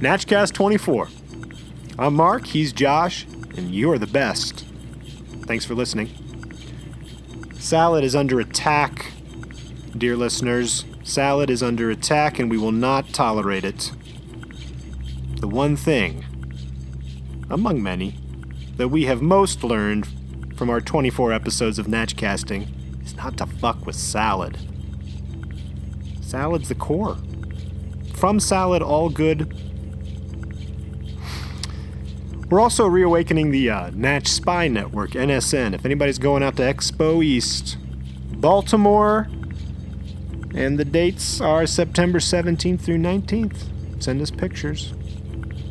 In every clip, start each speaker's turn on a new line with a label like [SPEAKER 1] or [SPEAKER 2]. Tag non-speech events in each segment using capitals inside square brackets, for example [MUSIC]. [SPEAKER 1] Natchcast 24. I'm Mark, he's Josh, and you are the best. Thanks for listening. Salad is under attack, dear listeners. Salad is under attack, and we will not tolerate it. The one thing, among many, that we have most learned from our 24 episodes of Natchcasting is not to fuck with salad. Salad's the core. From salad, all good, we're also reawakening the uh, Natch Spy Network, NSN. If anybody's going out to Expo East, Baltimore, and the dates are September 17th through 19th, send us pictures.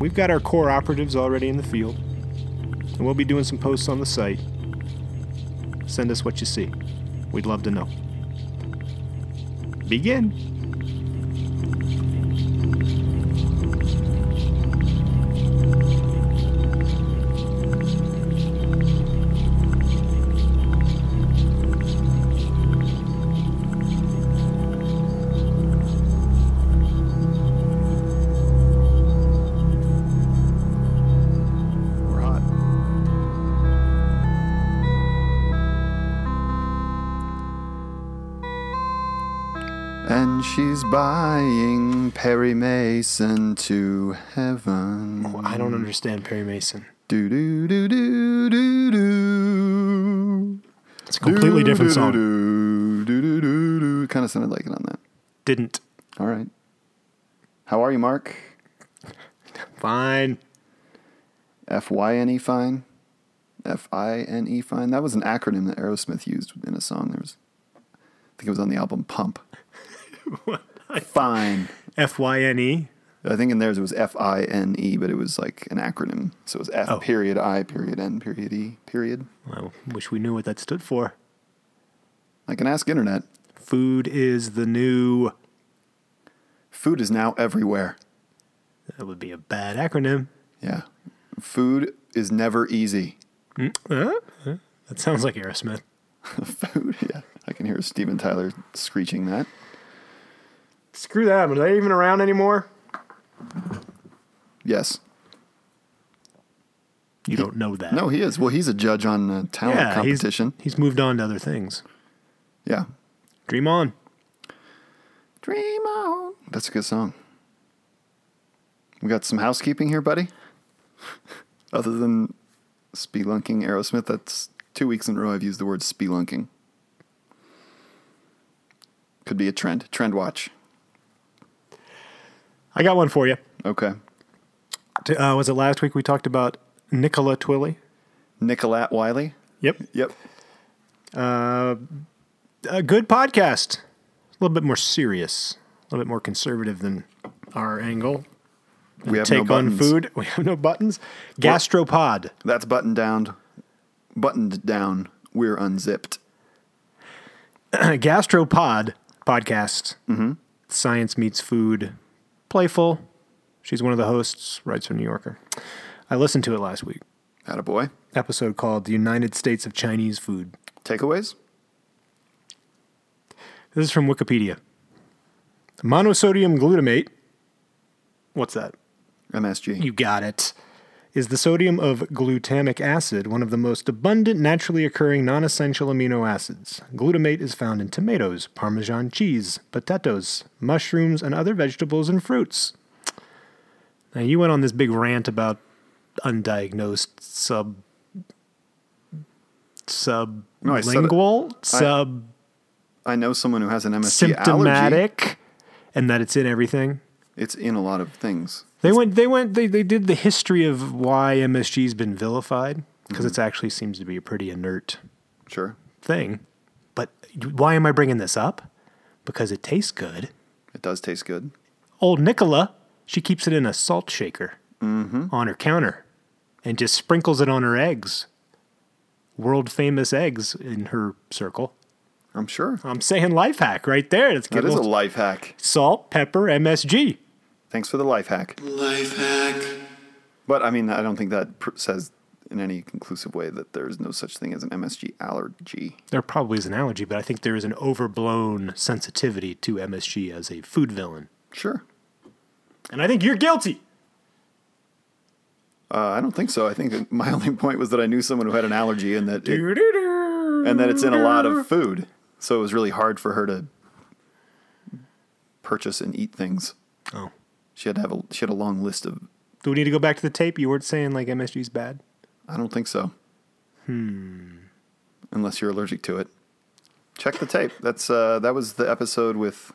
[SPEAKER 1] We've got our core operatives already in the field, and we'll be doing some posts on the site. Send us what you see. We'd love to know. Begin. We're hot.
[SPEAKER 2] And she's buying Perry Mason to heaven.
[SPEAKER 1] I don't understand Perry Mason.
[SPEAKER 2] Do do do do do do.
[SPEAKER 1] It's a completely different song.
[SPEAKER 2] Do do do do do. Kind of sounded like it on that.
[SPEAKER 1] Didn't.
[SPEAKER 2] All right. How are you, Mark?
[SPEAKER 1] Fine.
[SPEAKER 2] F Y N E fine. F I N E fine. That was an acronym that Aerosmith used in a song. There was, I think it was on the
[SPEAKER 1] [LAUGHS]
[SPEAKER 2] album Pump. Fine.
[SPEAKER 1] F Y N E.
[SPEAKER 2] I think in theirs it was F I N E, but it was like an acronym. So it was F
[SPEAKER 1] Oh.
[SPEAKER 2] period I period N period E period.
[SPEAKER 1] I wish we knew what that stood for.
[SPEAKER 2] I can ask internet.
[SPEAKER 1] Food is the new.
[SPEAKER 2] Food is now everywhere.
[SPEAKER 1] That would be a bad acronym.
[SPEAKER 2] Yeah. Food is never easy. [LAUGHS]
[SPEAKER 1] Huh? Huh? That sounds like Aerosmith.
[SPEAKER 2] Food. Yeah. I can hear Steven Tyler screeching that.
[SPEAKER 1] Screw that. Are they even around anymore?
[SPEAKER 2] Yes.
[SPEAKER 1] You don't know that.
[SPEAKER 2] No, he is. Well, he's a judge on a talent
[SPEAKER 1] Yeah, he's,
[SPEAKER 2] competition.
[SPEAKER 1] he's moved on to other things.
[SPEAKER 2] Yeah.
[SPEAKER 1] Dream on.
[SPEAKER 2] Dream on. That's a good song. We got some housekeeping here, buddy. [LAUGHS] Other than spelunking Aerosmith, that's two weeks in a row I've used the word spelunking. Could be a trend. Trend watch.
[SPEAKER 1] I got one for you.
[SPEAKER 2] Okay.
[SPEAKER 1] T- Uh, was it last week we talked about Nicola Twilley?
[SPEAKER 2] Nicolette Wiley.
[SPEAKER 1] Yep.
[SPEAKER 2] Yep.
[SPEAKER 1] Uh, A good podcast. A little bit more serious, a little bit more conservative than our angle.
[SPEAKER 2] We have
[SPEAKER 1] Take
[SPEAKER 2] no
[SPEAKER 1] on
[SPEAKER 2] buttons.
[SPEAKER 1] food. [LAUGHS] We have no buttons. Gastropod. [CLEARS THROAT]
[SPEAKER 2] That's buttoned down. Buttoned down. We're unzipped.
[SPEAKER 1] Gastropod podcast.
[SPEAKER 2] Mm-hmm.
[SPEAKER 1] Science meets food. Playful. She's one of the hosts, writes for New Yorker. I listened to it last week.
[SPEAKER 2] Attaboy.
[SPEAKER 1] Episode called The United States of Chinese Food.
[SPEAKER 2] Takeaways?
[SPEAKER 1] This is from Wikipedia. Monosodium glutamate. What's that?
[SPEAKER 2] MSG.
[SPEAKER 1] You got it. Is the sodium of glutamic acid one of the most abundant naturally occurring non essential amino acids? Glutamate is found in tomatoes, Parmesan cheese, potatoes, mushrooms, and other vegetables and fruits. Now, you went on this big rant about undiagnosed sub. sublingual?
[SPEAKER 2] No, I said it.
[SPEAKER 1] sub
[SPEAKER 2] I know someone who has an MSG allergy.
[SPEAKER 1] symptomatic? And that it's in everything?
[SPEAKER 2] It's in a lot of things.
[SPEAKER 1] They went. They went. They they did the history of why MSG's been vilified
[SPEAKER 2] Mm-hmm.
[SPEAKER 1] because it actually seems to be a pretty inert
[SPEAKER 2] Sure.
[SPEAKER 1] thing. But why am I bringing this up? Because it tastes good.
[SPEAKER 2] It does taste good.
[SPEAKER 1] Old Nicola, she keeps it in a salt shaker
[SPEAKER 2] Mm-hmm.
[SPEAKER 1] on her counter, and just sprinkles it on her eggs. World famous eggs in her circle.
[SPEAKER 2] I'm sure.
[SPEAKER 1] I'm saying life hack right there. Let's
[SPEAKER 2] That
[SPEAKER 1] get a
[SPEAKER 2] is a
[SPEAKER 1] little
[SPEAKER 2] life hack.
[SPEAKER 1] salt, pepper, MSG.
[SPEAKER 2] Thanks for the life hack.
[SPEAKER 3] Life hack.
[SPEAKER 2] But I mean, I don't think that pr- says in any conclusive way that there is no such thing as an MSG allergy.
[SPEAKER 1] There probably is an allergy, but I think there is an overblown sensitivity to MSG as a food villain.
[SPEAKER 2] Sure.
[SPEAKER 1] And I think you're guilty.
[SPEAKER 2] Uh, I don't think so. I think that my [LAUGHS] only point was that I knew someone who had an allergy and that it,
[SPEAKER 1] Doo-doo-doo.
[SPEAKER 2] and that it's in a lot of food. So it was really hard for her to purchase and eat things.
[SPEAKER 1] Oh.
[SPEAKER 2] She had to have a she had a long list of
[SPEAKER 1] Do we need to go back to the tape? You weren't saying like MSG's bad?
[SPEAKER 2] I don't think so. Hmm.
[SPEAKER 1] Hmm.
[SPEAKER 2] Unless you're allergic to it. Check the tape. That's uh that was the episode with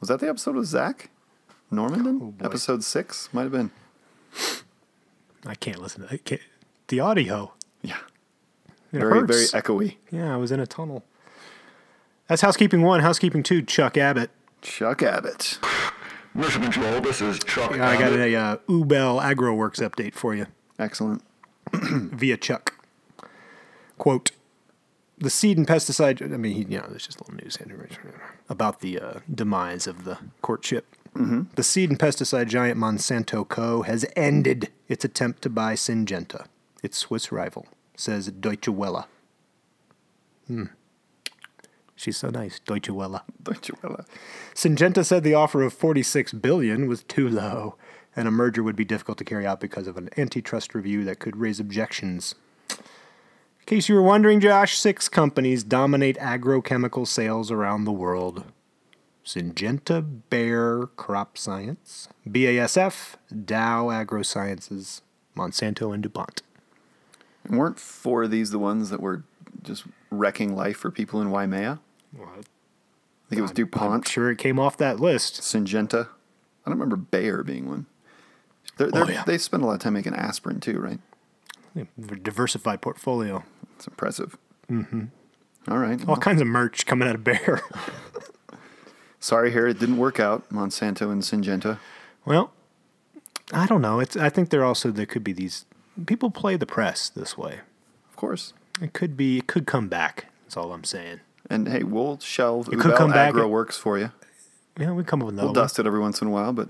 [SPEAKER 2] Was that the episode with Zach?
[SPEAKER 1] Oh,
[SPEAKER 2] Normandin? episode six? Might have been.
[SPEAKER 1] I can't listen to I can't. The audio.
[SPEAKER 2] Yeah.
[SPEAKER 1] It
[SPEAKER 2] very,
[SPEAKER 1] hurts.
[SPEAKER 2] very echoey.
[SPEAKER 1] yeah, I was in a tunnel. That's housekeeping one. Housekeeping two, Chuck Abbott.
[SPEAKER 2] Chuck Abbott.
[SPEAKER 3] Mission Control, this is Chuck.
[SPEAKER 1] Yeah, I got
[SPEAKER 3] Abbott.
[SPEAKER 1] a uh, Ubel AgroWorks update for you
[SPEAKER 2] Excellent.
[SPEAKER 1] via Chuck. Quote, the seed and pesticide, I mean, he, you know, there's just a little news here about the uh, demise of the courtship. Mm-hmm. The seed and pesticide giant Monsanto Co. has ended its attempt to buy Syngenta, its Swiss rival, says Deutsche Welle. Hmm. She's so nice, Deutsche Welle.
[SPEAKER 2] Don't you wanna-
[SPEAKER 1] Syngenta said the offer of 46 billion was too low and a merger would be difficult to carry out because of an antitrust review that could raise objections. In case you were wondering, Josh, six companies dominate agrochemical sales around the world. Syngenta, Bayer Crop Science, BASF, Dow AgroSciences, Monsanto, and DuPont.
[SPEAKER 2] And weren't four of these the ones that were just wrecking life for people in Waimea? I think it was
[SPEAKER 1] I'm
[SPEAKER 2] DuPont,
[SPEAKER 1] sure it came off that list.
[SPEAKER 2] Syngenta. I don't remember Bayer being one. They're, they're,
[SPEAKER 1] Oh, yeah.
[SPEAKER 2] They spend a lot of time making aspirin too, right?
[SPEAKER 1] Diversified portfolio.
[SPEAKER 2] It's impressive. Mm-hmm. All right.
[SPEAKER 1] All
[SPEAKER 2] Well,
[SPEAKER 1] kinds of merch coming out of Bayer. [LAUGHS]
[SPEAKER 2] sorry, here it didn't work out. Monsanto and Syngenta.
[SPEAKER 1] Well, I don't know. It's I think there also there could be these people play the press this way.
[SPEAKER 2] Of course.
[SPEAKER 1] It could be it could come back. That's all I'm saying.
[SPEAKER 2] And hey, we'll shelve
[SPEAKER 1] It could
[SPEAKER 2] Ubel
[SPEAKER 1] come back-
[SPEAKER 2] Agro Works for you.
[SPEAKER 1] Yeah, we come up with another
[SPEAKER 2] We'll
[SPEAKER 1] one.
[SPEAKER 2] dust it every once in a while, but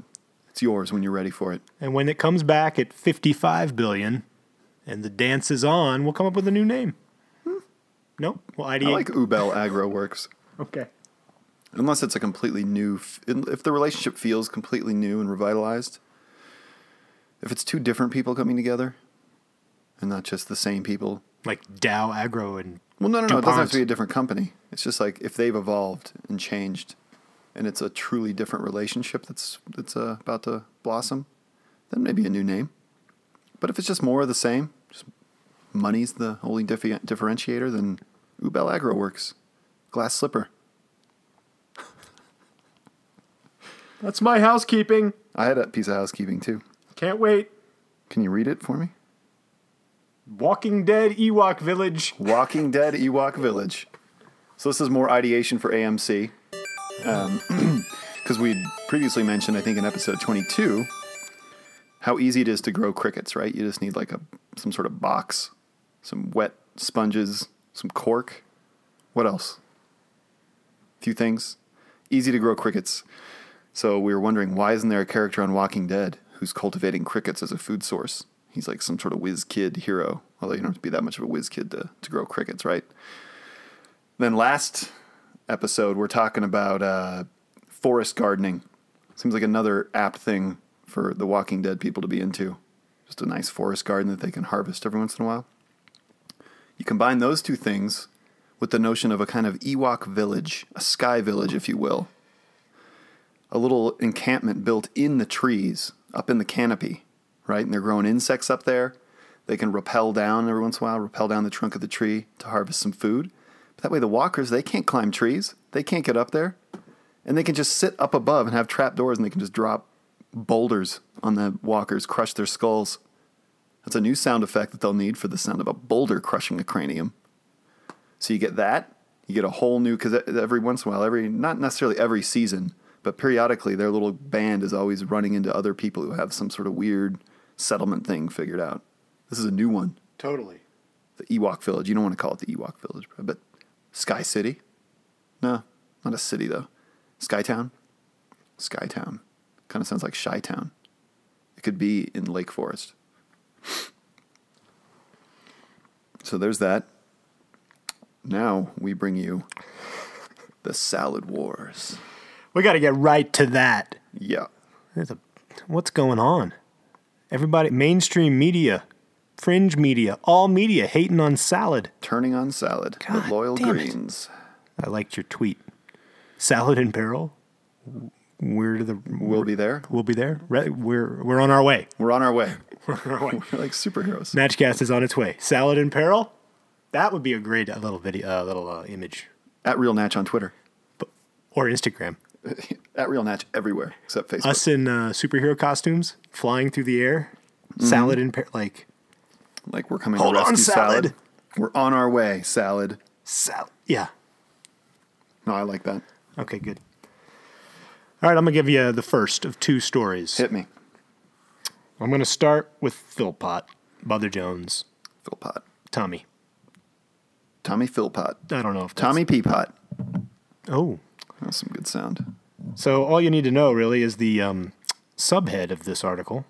[SPEAKER 2] it's yours when you're ready for it.
[SPEAKER 1] And when it comes back at 55 billion, and the dance is on, we'll come up with a new name. Nope. Well,
[SPEAKER 2] Hmm. I
[SPEAKER 1] ideate.
[SPEAKER 2] like Ubel Agro Works.
[SPEAKER 1] okay.
[SPEAKER 2] Unless it's a completely new, f- if the relationship feels completely new and revitalized, if it's two different people coming together and not just the same people.
[SPEAKER 1] Like Dow Agro and
[SPEAKER 2] Well, no, no, no. It doesn't have
[SPEAKER 1] DuPont.
[SPEAKER 2] to be a different company. It's just like if they've evolved and changed and it's a truly different relationship that's, that's uh, about to blossom, then maybe a new name. But if it's just more of the same, just money's the only diffi- differentiator, then Ubel Agro works. Glass slipper.
[SPEAKER 1] That's my housekeeping.
[SPEAKER 2] I had a piece of housekeeping too.
[SPEAKER 1] Can't wait.
[SPEAKER 2] Can you read it for me?
[SPEAKER 1] Walking Dead Ewok Village.
[SPEAKER 2] Walking Dead Ewok Village. So this is more ideation for AMC. [CLEARS THROAT] Because Um, we previously mentioned, I think in episode 22, how easy it is to grow crickets, right? You just need like a some sort of box, some wet sponges, some cork. What else? few things. Easy to grow crickets. So we were wondering why isn't there a character on Walking Dead who's cultivating crickets as a food source? He's like some sort of whiz kid hero. Although you don't have to be that much of a whiz kid to, to grow crickets, right? Then last episode, we're talking about uh, forest gardening. Seems like another apt thing for the Walking Dead people to be into. Just a nice forest garden that they can harvest every once in a while. You combine those two things with the notion of a kind of Ewok village, a sky village, if you will. A little encampment built in the trees, up in the canopy, right? And they're growing insects up there. They can rappel down every once in a while, rappel down the trunk of the tree to harvest some food. But that way, the walkers, they can't climb trees. They can't get up there. And they can just sit up above and have trapdoors and they can just drop boulders on the walkers, crush their skulls. That's a new sound effect that they'll need for the sound of a boulder crushing a cranium. So you get that. You get a whole new because every once in a while, every not necessarily every season, but periodically, their little band is always running into other people who have some sort of weird settlement thing figured out. This is a new one,
[SPEAKER 1] Totally.
[SPEAKER 2] the Ewok Village. You don't want to call it the Ewok Village, but Sky City. No, not a city though. Sky Town. Sky Town. Kind of sounds like Shy Town. It could be in Lake Forest. So there's that. Now we bring you the Salad Wars.
[SPEAKER 1] We got to get right to that.
[SPEAKER 2] Yeah.
[SPEAKER 1] There's a, what's going on? Everybody, mainstream media, fringe media, all media hating on salad.
[SPEAKER 2] Turning on salad.
[SPEAKER 1] God
[SPEAKER 2] the Loyal
[SPEAKER 1] damn it.
[SPEAKER 2] Greens.
[SPEAKER 1] I liked your tweet. Salad and Barrel. We're to the
[SPEAKER 2] We'll be there.
[SPEAKER 1] we'll be there. Re- We're we're on our way.
[SPEAKER 2] We're on our way. [LAUGHS]
[SPEAKER 1] We're on our way.
[SPEAKER 2] We're like superheroes.
[SPEAKER 1] Snatchcast is on its way. Salad in peril. That would be a great uh, little video, uh, little uh, image,
[SPEAKER 2] At Real Natch on Twitter.
[SPEAKER 1] or Instagram.
[SPEAKER 2] At Real Natch everywhere except Facebook.
[SPEAKER 1] Us in uh, superhero costumes, flying through the air. Salad in peril, like
[SPEAKER 2] Like we're coming
[SPEAKER 1] Hold
[SPEAKER 2] to
[SPEAKER 1] on,
[SPEAKER 2] rescue
[SPEAKER 1] salad.
[SPEAKER 2] We're on our way, salad.
[SPEAKER 1] salad. Yeah.
[SPEAKER 2] No, I like that.
[SPEAKER 1] Okay. Good. All right. I'm gonna give you the first of two stories.
[SPEAKER 2] Hit me.
[SPEAKER 1] I'm gonna start with Philpot, Mother Jones,
[SPEAKER 2] Philpot.
[SPEAKER 1] Tommy.
[SPEAKER 2] Tommy Philpot.
[SPEAKER 1] I don't know if that's-
[SPEAKER 2] Tommy Peapot.
[SPEAKER 1] Oh.
[SPEAKER 2] That's some good sound. [LAUGHS]
[SPEAKER 1] So all you need to know really is the um, subhead of this article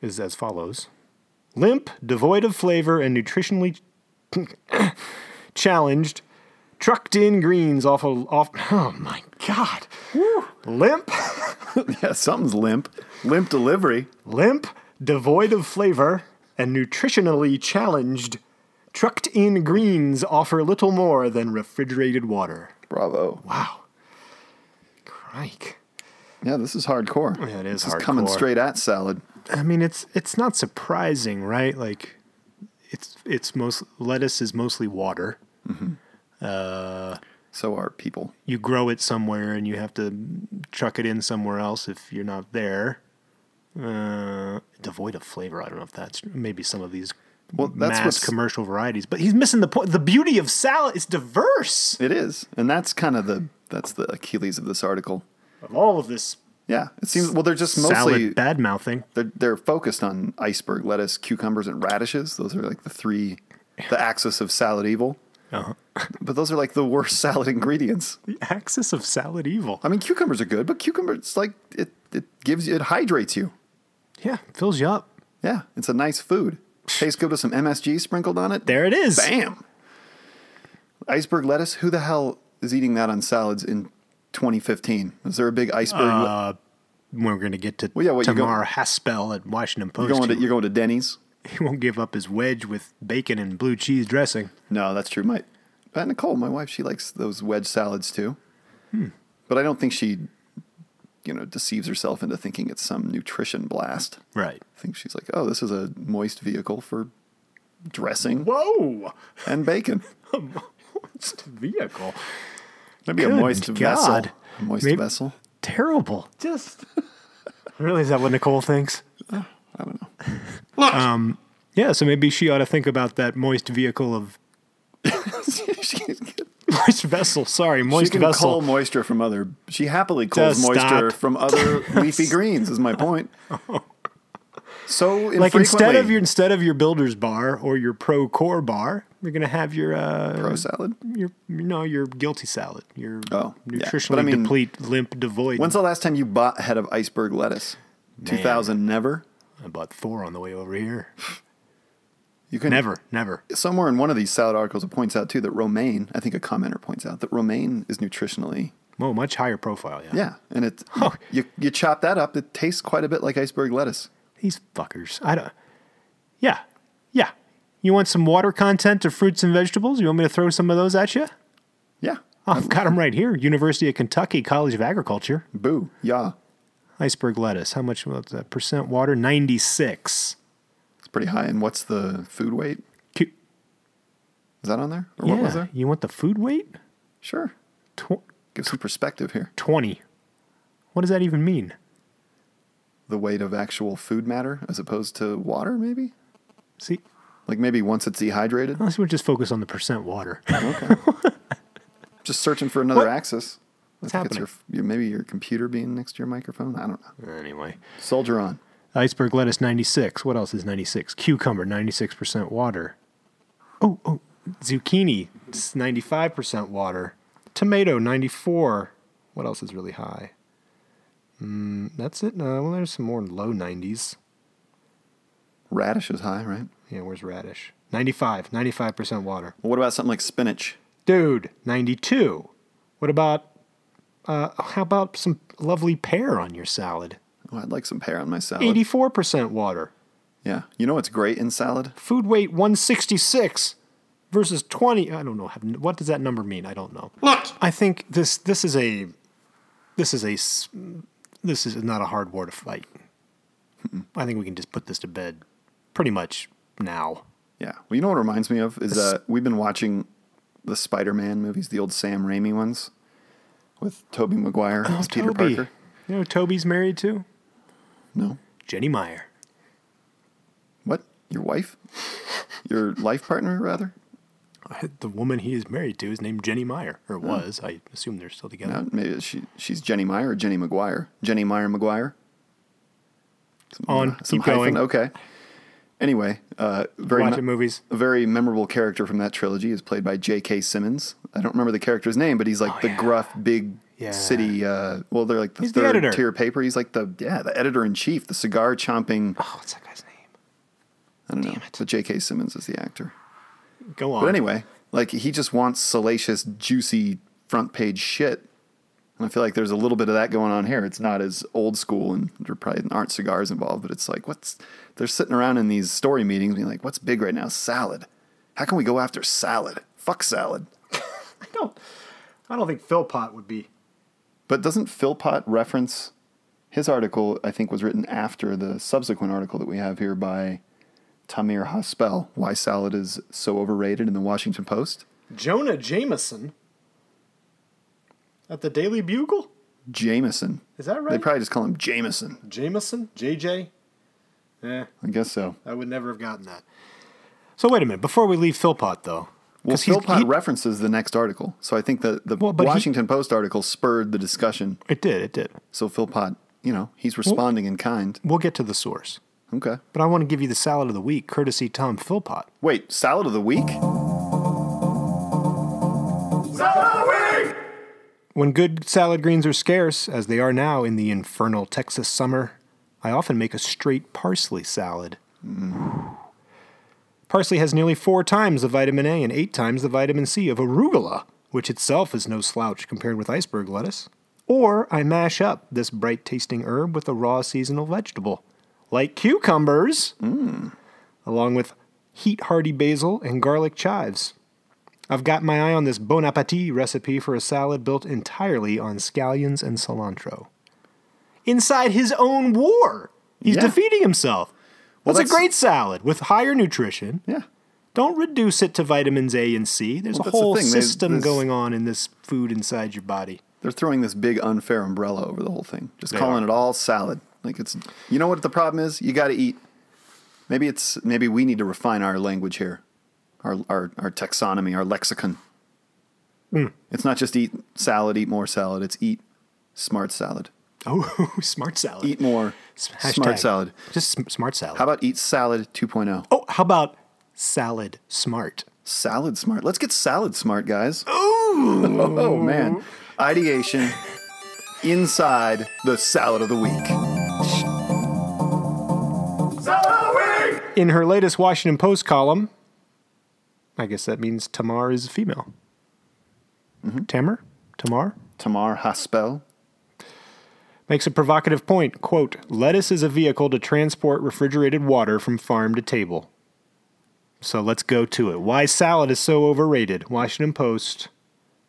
[SPEAKER 1] is as follows: limp, devoid of flavor, and nutritionally [COUGHS] challenged, trucked in greens off of off. [LAUGHS] Oh my god! Limp,
[SPEAKER 2] Yeah, something's limp. Limp delivery.
[SPEAKER 1] limp, devoid of flavor, and nutritionally challenged. Trucked in greens offer little more than refrigerated water.
[SPEAKER 2] Bravo.
[SPEAKER 1] Wow. Crike.
[SPEAKER 2] Yeah, this is hardcore.
[SPEAKER 1] Yeah, it is
[SPEAKER 2] This is coming
[SPEAKER 1] hardcore.
[SPEAKER 2] straight at salad.
[SPEAKER 1] I mean, it's it's not surprising, right? Like, it's it's most lettuce is mostly water.
[SPEAKER 2] So are people.
[SPEAKER 1] You grow it somewhere, and you have to chuck it in somewhere else if you're not there. Uh, devoid of flavor. I don't know if that's maybe some of these
[SPEAKER 2] Well, that's
[SPEAKER 1] mass
[SPEAKER 2] what's-
[SPEAKER 1] commercial varieties. But he's missing the point. The beauty of salad is diverse
[SPEAKER 2] It is, and that's kind of the that's the Achilles of this article.
[SPEAKER 1] of all of this
[SPEAKER 2] Yeah, it seems. Well, they're just mostly
[SPEAKER 1] salad bad mouthing.
[SPEAKER 2] they're, they're focused on iceberg lettuce, cucumbers, and radishes. Those are like the three, the axis of salad evil.
[SPEAKER 1] Uh-huh. [LAUGHS]
[SPEAKER 2] But those are like the worst salad ingredients.
[SPEAKER 1] The axis of salad evil.
[SPEAKER 2] I mean, cucumbers are good, but cucumbers like it it gives you it hydrates you.
[SPEAKER 1] Yeah, fills you up.
[SPEAKER 2] Yeah, it's a nice food. Tastes good with some MSG sprinkled on it.
[SPEAKER 1] There it is.
[SPEAKER 2] Bam. Iceberg lettuce. Who the hell is eating that on salads in 2015? Is there a big iceberg?
[SPEAKER 1] Uh,
[SPEAKER 2] le-
[SPEAKER 1] We're going to get to
[SPEAKER 2] Well, yeah, what you go-
[SPEAKER 1] Tamar Haspel at Washington Post.
[SPEAKER 2] you're going to
[SPEAKER 1] He-
[SPEAKER 2] you're going to Denny's.
[SPEAKER 1] He won't give up his wedge with bacon and blue cheese dressing.
[SPEAKER 2] No, that's true. My Pat Nicole, my wife, she likes those wedge salads too.
[SPEAKER 1] Hmm.
[SPEAKER 2] But I don't think she, you know, deceives herself into thinking it's some nutrition blast.
[SPEAKER 1] Right.
[SPEAKER 2] I think she's like, oh, this is a moist vehicle for dressing
[SPEAKER 1] Whoa!
[SPEAKER 2] and
[SPEAKER 1] [LAUGHS]
[SPEAKER 2] bacon.
[SPEAKER 1] It's a vehicle.
[SPEAKER 2] Maybe a
[SPEAKER 1] Good
[SPEAKER 2] moist vessel.
[SPEAKER 1] God.
[SPEAKER 2] A moist
[SPEAKER 1] Maybe- [LAUGHS]
[SPEAKER 2] vessel. [LAUGHS]
[SPEAKER 1] Terrible. Just. [LAUGHS] really, is that what Nicole thinks? Um,
[SPEAKER 2] I don't know.
[SPEAKER 1] Yeah, so maybe she ought to think about that moist vehicle of. [LAUGHS]
[SPEAKER 2] she can,
[SPEAKER 1] Moist vessel, sorry,
[SPEAKER 2] she
[SPEAKER 1] moist
[SPEAKER 2] can
[SPEAKER 1] vessel.
[SPEAKER 2] cull moisture from other. She happily culls
[SPEAKER 1] Just
[SPEAKER 2] moisture
[SPEAKER 1] stop. [LAUGHS]
[SPEAKER 2] from other leafy greens. Is my point. So
[SPEAKER 1] like instead of
[SPEAKER 2] infrequently.
[SPEAKER 1] your instead of your builder's bar or your pro core bar, you're gonna have your uh,
[SPEAKER 2] pro salad.
[SPEAKER 1] your you know your guilty salad, your
[SPEAKER 2] Oh, yeah.
[SPEAKER 1] nutritionally
[SPEAKER 2] But I mean-
[SPEAKER 1] deplete, limp, devoid.
[SPEAKER 2] When's the last time you bought a head of iceberg lettuce? 2000, never?
[SPEAKER 1] I bought Thor on the way over here.
[SPEAKER 2] You can
[SPEAKER 1] Never, never.
[SPEAKER 2] Somewhere in one of these salad articles, it points out too that romaine, I think a commenter points out that romaine is nutritionally.
[SPEAKER 1] Well, much higher profile, yeah.
[SPEAKER 2] Yeah.
[SPEAKER 1] [LAUGHS]
[SPEAKER 2] And it, you, you chop that up, it tastes quite a bit like iceberg lettuce.
[SPEAKER 1] These fuckers. I don't. Yeah, yeah. You want some water content of fruits and vegetables? You want me to throw some of those at you?
[SPEAKER 2] Yeah.
[SPEAKER 1] I've got them right here. University of Kentucky College of Agriculture.
[SPEAKER 2] Boo. Yeah.
[SPEAKER 1] Iceberg lettuce. How much was that? Percent water? 96.
[SPEAKER 2] It's pretty high. And what's the food weight?
[SPEAKER 1] Cu-
[SPEAKER 2] Is that on there? Or
[SPEAKER 1] yeah.
[SPEAKER 2] what was there?
[SPEAKER 1] You want the food weight?
[SPEAKER 2] Sure.
[SPEAKER 1] Tw-
[SPEAKER 2] Give some perspective here.
[SPEAKER 1] 20. What does that even mean?
[SPEAKER 2] The weight of actual food matter as opposed to water, maybe?
[SPEAKER 1] See,
[SPEAKER 2] Like maybe once it's dehydrated,
[SPEAKER 1] unless we just focus on the percent water.
[SPEAKER 2] just searching for another
[SPEAKER 1] What?
[SPEAKER 2] axis. What's
[SPEAKER 1] happening?
[SPEAKER 2] your, maybe your computer being next to your microphone. I don't know.
[SPEAKER 1] anyway.
[SPEAKER 2] Soldier on.
[SPEAKER 1] Iceberg lettuce 96. What else is 96? Cucumber 96% water. Oh, oh, zucchini it's 95% water. Tomato 94. What else is really high? Mm, that's it. Uh, well, there's some more low 90s.
[SPEAKER 2] Radish is high, right?
[SPEAKER 1] Yeah, where's radish? 95, 95% water.
[SPEAKER 2] Well, what about something like spinach?
[SPEAKER 1] Dude, 92. What about, uh, how about some lovely pear on your salad?
[SPEAKER 2] Oh, I'd like some pear on my salad.
[SPEAKER 1] 84% water.
[SPEAKER 2] Yeah. You know what's great in salad?
[SPEAKER 1] Food weight 166 versus 20. I don't know. What does that number mean? I don't know.
[SPEAKER 4] Look,
[SPEAKER 1] I think this this is a this is a s- this is not a hard war to fight. I think we can just put this to bed pretty much now.
[SPEAKER 2] Yeah. Well, you know what it reminds me of is uh, we've been watching the Spider-Man movies, the old Sam Raimi ones, with Tobey Maguire
[SPEAKER 1] Oh,
[SPEAKER 2] as Peter
[SPEAKER 1] Toby.
[SPEAKER 2] Parker.
[SPEAKER 1] You know who Toby's married to?
[SPEAKER 2] No.
[SPEAKER 1] Jenny Meyer.
[SPEAKER 2] What? Your wife? Your life partner, rather?
[SPEAKER 1] The woman he is married to is named Jenny Meyer, or was. I assume they're still together.
[SPEAKER 2] Uh, maybe she she's Jenny Meyer or Jenny Maguire. Jenny Meyer Maguire. Some,
[SPEAKER 1] On. Keep going.
[SPEAKER 2] Okay. Anyway, uh, very
[SPEAKER 1] Watching
[SPEAKER 2] me-
[SPEAKER 1] movies.
[SPEAKER 2] A very memorable character from that trilogy is played by J.K. Simmons. I don't remember the character's name, but he's like the gruff, big
[SPEAKER 1] Oh, Yeah.
[SPEAKER 2] city. Uh, well, they're like the
[SPEAKER 1] He's the
[SPEAKER 2] third
[SPEAKER 1] editor.
[SPEAKER 2] tier paper. He's like the yeah, the editor in chief, the cigar chomping.
[SPEAKER 1] Oh, what's that guy's name?
[SPEAKER 2] I don't know,
[SPEAKER 1] damn it.
[SPEAKER 2] but J.K. Simmons is the actor.
[SPEAKER 1] Go on.
[SPEAKER 2] But anyway, like he just wants salacious, juicy front page shit. And I feel like there's a little bit of that going on here. It's not as old school and there probably aren't cigars involved, but it's like what's they're sitting around in these story meetings being like, What's big right now? Salad. How can we go after salad? Fuck salad.
[SPEAKER 1] I don't. I don't think Philpot would be.
[SPEAKER 2] But doesn't Philpott reference his article, I think, was written after the subsequent article that we have here by Tamir Haspel, Why Salad is So Overrated in the Washington Post.
[SPEAKER 1] Jonah Jameson at the Daily Bugle?
[SPEAKER 2] Jameson.
[SPEAKER 1] Is that
[SPEAKER 2] They
[SPEAKER 1] right?
[SPEAKER 2] probably just call him Jameson.
[SPEAKER 1] Jameson? JJ? Eh,
[SPEAKER 2] I guess so.
[SPEAKER 1] I would never have gotten that. So wait a minute. Before we leave Philpot, though.
[SPEAKER 2] Well,
[SPEAKER 1] 'cause he's-
[SPEAKER 2] Philpott
[SPEAKER 1] he-
[SPEAKER 2] references the next article, so I think that the
[SPEAKER 1] Well, but he-
[SPEAKER 2] Washington Post article spurred the discussion.
[SPEAKER 1] It did, it did.
[SPEAKER 2] So Philpott, you know, he's responding in kind.
[SPEAKER 1] We'll get to the source.
[SPEAKER 2] Okay.
[SPEAKER 1] But I want to give you the salad of the week, courtesy Tom Philpott.
[SPEAKER 2] Wait, salad of the week?
[SPEAKER 1] When good salad greens are scarce, as they are now in the infernal Texas summer, I often make a straight parsley salad. Parsley has nearly four times the vitamin A and eight times the vitamin C of arugula, which itself is no slouch compared with iceberg lettuce. Or I mash up this bright tasting herb with a raw seasonal vegetable, like cucumbers, along with heat hardy basil and garlic chives. I've got my eye on this Bon Appetit recipe for a salad built entirely on scallions and cilantro. Inside his own war, he's
[SPEAKER 2] Yeah.
[SPEAKER 1] defeating himself.
[SPEAKER 2] Well,
[SPEAKER 1] that's,
[SPEAKER 2] that's-
[SPEAKER 1] a great salad with higher nutrition.
[SPEAKER 2] Yeah.
[SPEAKER 1] Don't reduce it to vitamins A and C. There's
[SPEAKER 2] Well,
[SPEAKER 1] a
[SPEAKER 2] that's the
[SPEAKER 1] whole
[SPEAKER 2] thing. There's-
[SPEAKER 1] system
[SPEAKER 2] there's-
[SPEAKER 1] going on in this food inside your body. [LAUGHS]
[SPEAKER 2] They're throwing this big unfair umbrella over the whole thing, just calling it all salad. Like it's, you know what the problem is? You got to eat. Maybe it's, maybe we need to refine our language here, our, our, our taxonomy, our lexicon. It's not just eat salad, eat more salad. It's eat smart salad.
[SPEAKER 1] Oh, smart salad.
[SPEAKER 2] Eat more
[SPEAKER 1] Hashtag.
[SPEAKER 2] smart salad.
[SPEAKER 1] Just sm- smart salad.
[SPEAKER 2] How about eat salad 2.0?
[SPEAKER 1] oh, how about salad smart?
[SPEAKER 2] Salad smart. Let's get salad smart, guys. Ooh. [LAUGHS] oh man. Ideation inside the salad of the week.
[SPEAKER 1] In her latest Washington Post column, I guess that means Tamar is female.
[SPEAKER 2] Mm-hmm.
[SPEAKER 1] Tamar? Tamar?
[SPEAKER 2] Tamar Haspel.
[SPEAKER 1] makes a provocative point quote lettuce is a vehicle to transport refrigerated water from farm to table so let's go to it why salad is so overrated washington post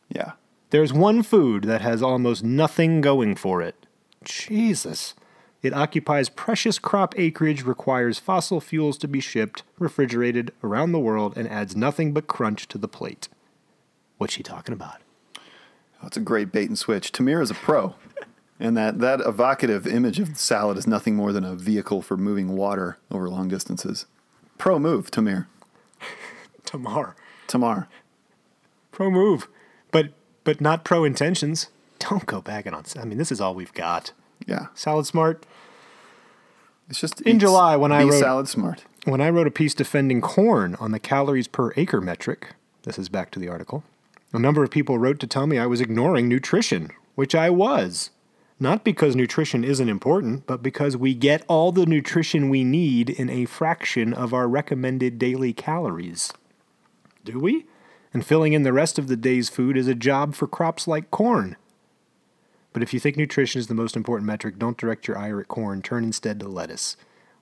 [SPEAKER 2] Yeah.
[SPEAKER 1] there's one food that has almost nothing going for it jesus it occupies precious crop acreage requires fossil fuels to be shipped refrigerated around the world and adds nothing but crunch to the plate what's she talking about
[SPEAKER 2] That's Oh, a great bait and switch. Tamir is a
[SPEAKER 1] [LAUGHS]
[SPEAKER 2] pro. And that, that evocative image of salad is nothing more than a vehicle for moving water over long distances. Pro move, Tamir.
[SPEAKER 1] tamar
[SPEAKER 2] Tamar.
[SPEAKER 1] pro move, but but not pro intentions. Don't go bagging on. I mean, this is all we've got.
[SPEAKER 2] Yeah.
[SPEAKER 1] Salad Smart.
[SPEAKER 2] It's just
[SPEAKER 1] In July when I
[SPEAKER 2] be
[SPEAKER 1] wrote-
[SPEAKER 2] salad smart.
[SPEAKER 1] When I wrote a piece defending corn on the calories per acre metric, this is back to the article. A number of people wrote to tell me I was ignoring nutrition, which I was. Not because nutrition isn't important, but because we get all the nutrition we need in a fraction of our recommended daily calories. Do we? And filling in the rest of the day's food is a job for crops like corn. But if you think nutrition is the most important metric, don't direct your ire at corn. Turn instead to lettuce.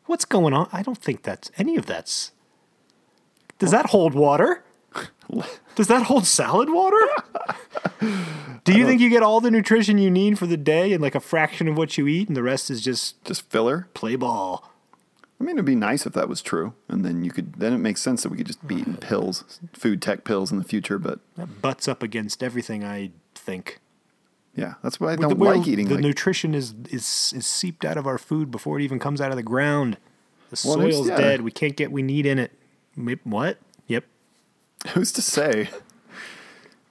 [SPEAKER 1] What's going on? I don't think that's any of that's. Does that hold water? Does that hold salad water? Do you think you get all the nutrition you need for the day and like a fraction of what you eat, and the rest is just
[SPEAKER 2] Just filler.
[SPEAKER 1] play ball?
[SPEAKER 2] I mean, it'd be nice if that was true, and then you could. Then it makes sense that we could just be eating pills, food tech pills in the future. But
[SPEAKER 1] That butts up against everything I think.
[SPEAKER 2] yeah, that's why I don't
[SPEAKER 1] Where
[SPEAKER 2] like eating.
[SPEAKER 1] The
[SPEAKER 2] Like,
[SPEAKER 1] nutrition is, is is seeped out of our food before it even comes out of the ground. The
[SPEAKER 2] Well, there's-
[SPEAKER 1] soil's
[SPEAKER 2] yeah.
[SPEAKER 1] dead. We can't get we need in it. Ma- What? Yep.
[SPEAKER 2] who's to say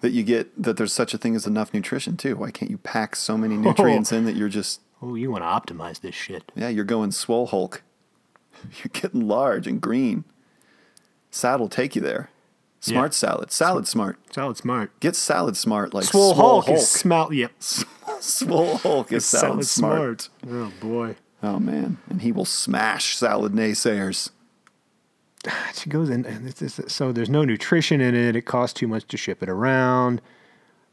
[SPEAKER 2] that you get that there's such a thing as enough nutrition too? Why can't you pack so many nutrients in that you're just
[SPEAKER 1] Oh, you want to optimize this shit.
[SPEAKER 2] yeah, you're going swole Hulk. [LAUGHS] You're getting large and green. Salad will take you there. Smart salad, salad smart.
[SPEAKER 1] Solid smart.
[SPEAKER 2] Get salad smart like
[SPEAKER 1] Swole Hulk,
[SPEAKER 2] Hulk.
[SPEAKER 1] is smell. Yep.
[SPEAKER 2] Swole
[SPEAKER 1] [LAUGHS]
[SPEAKER 2] Hulk [LAUGHS] is salad,
[SPEAKER 1] Solid
[SPEAKER 2] smart.
[SPEAKER 1] smart. Oh boy.
[SPEAKER 2] Oh man, and he will smash salad naysayers.
[SPEAKER 1] She goes in, and it's, it's, so there's no nutrition in it. It costs too much to ship it around.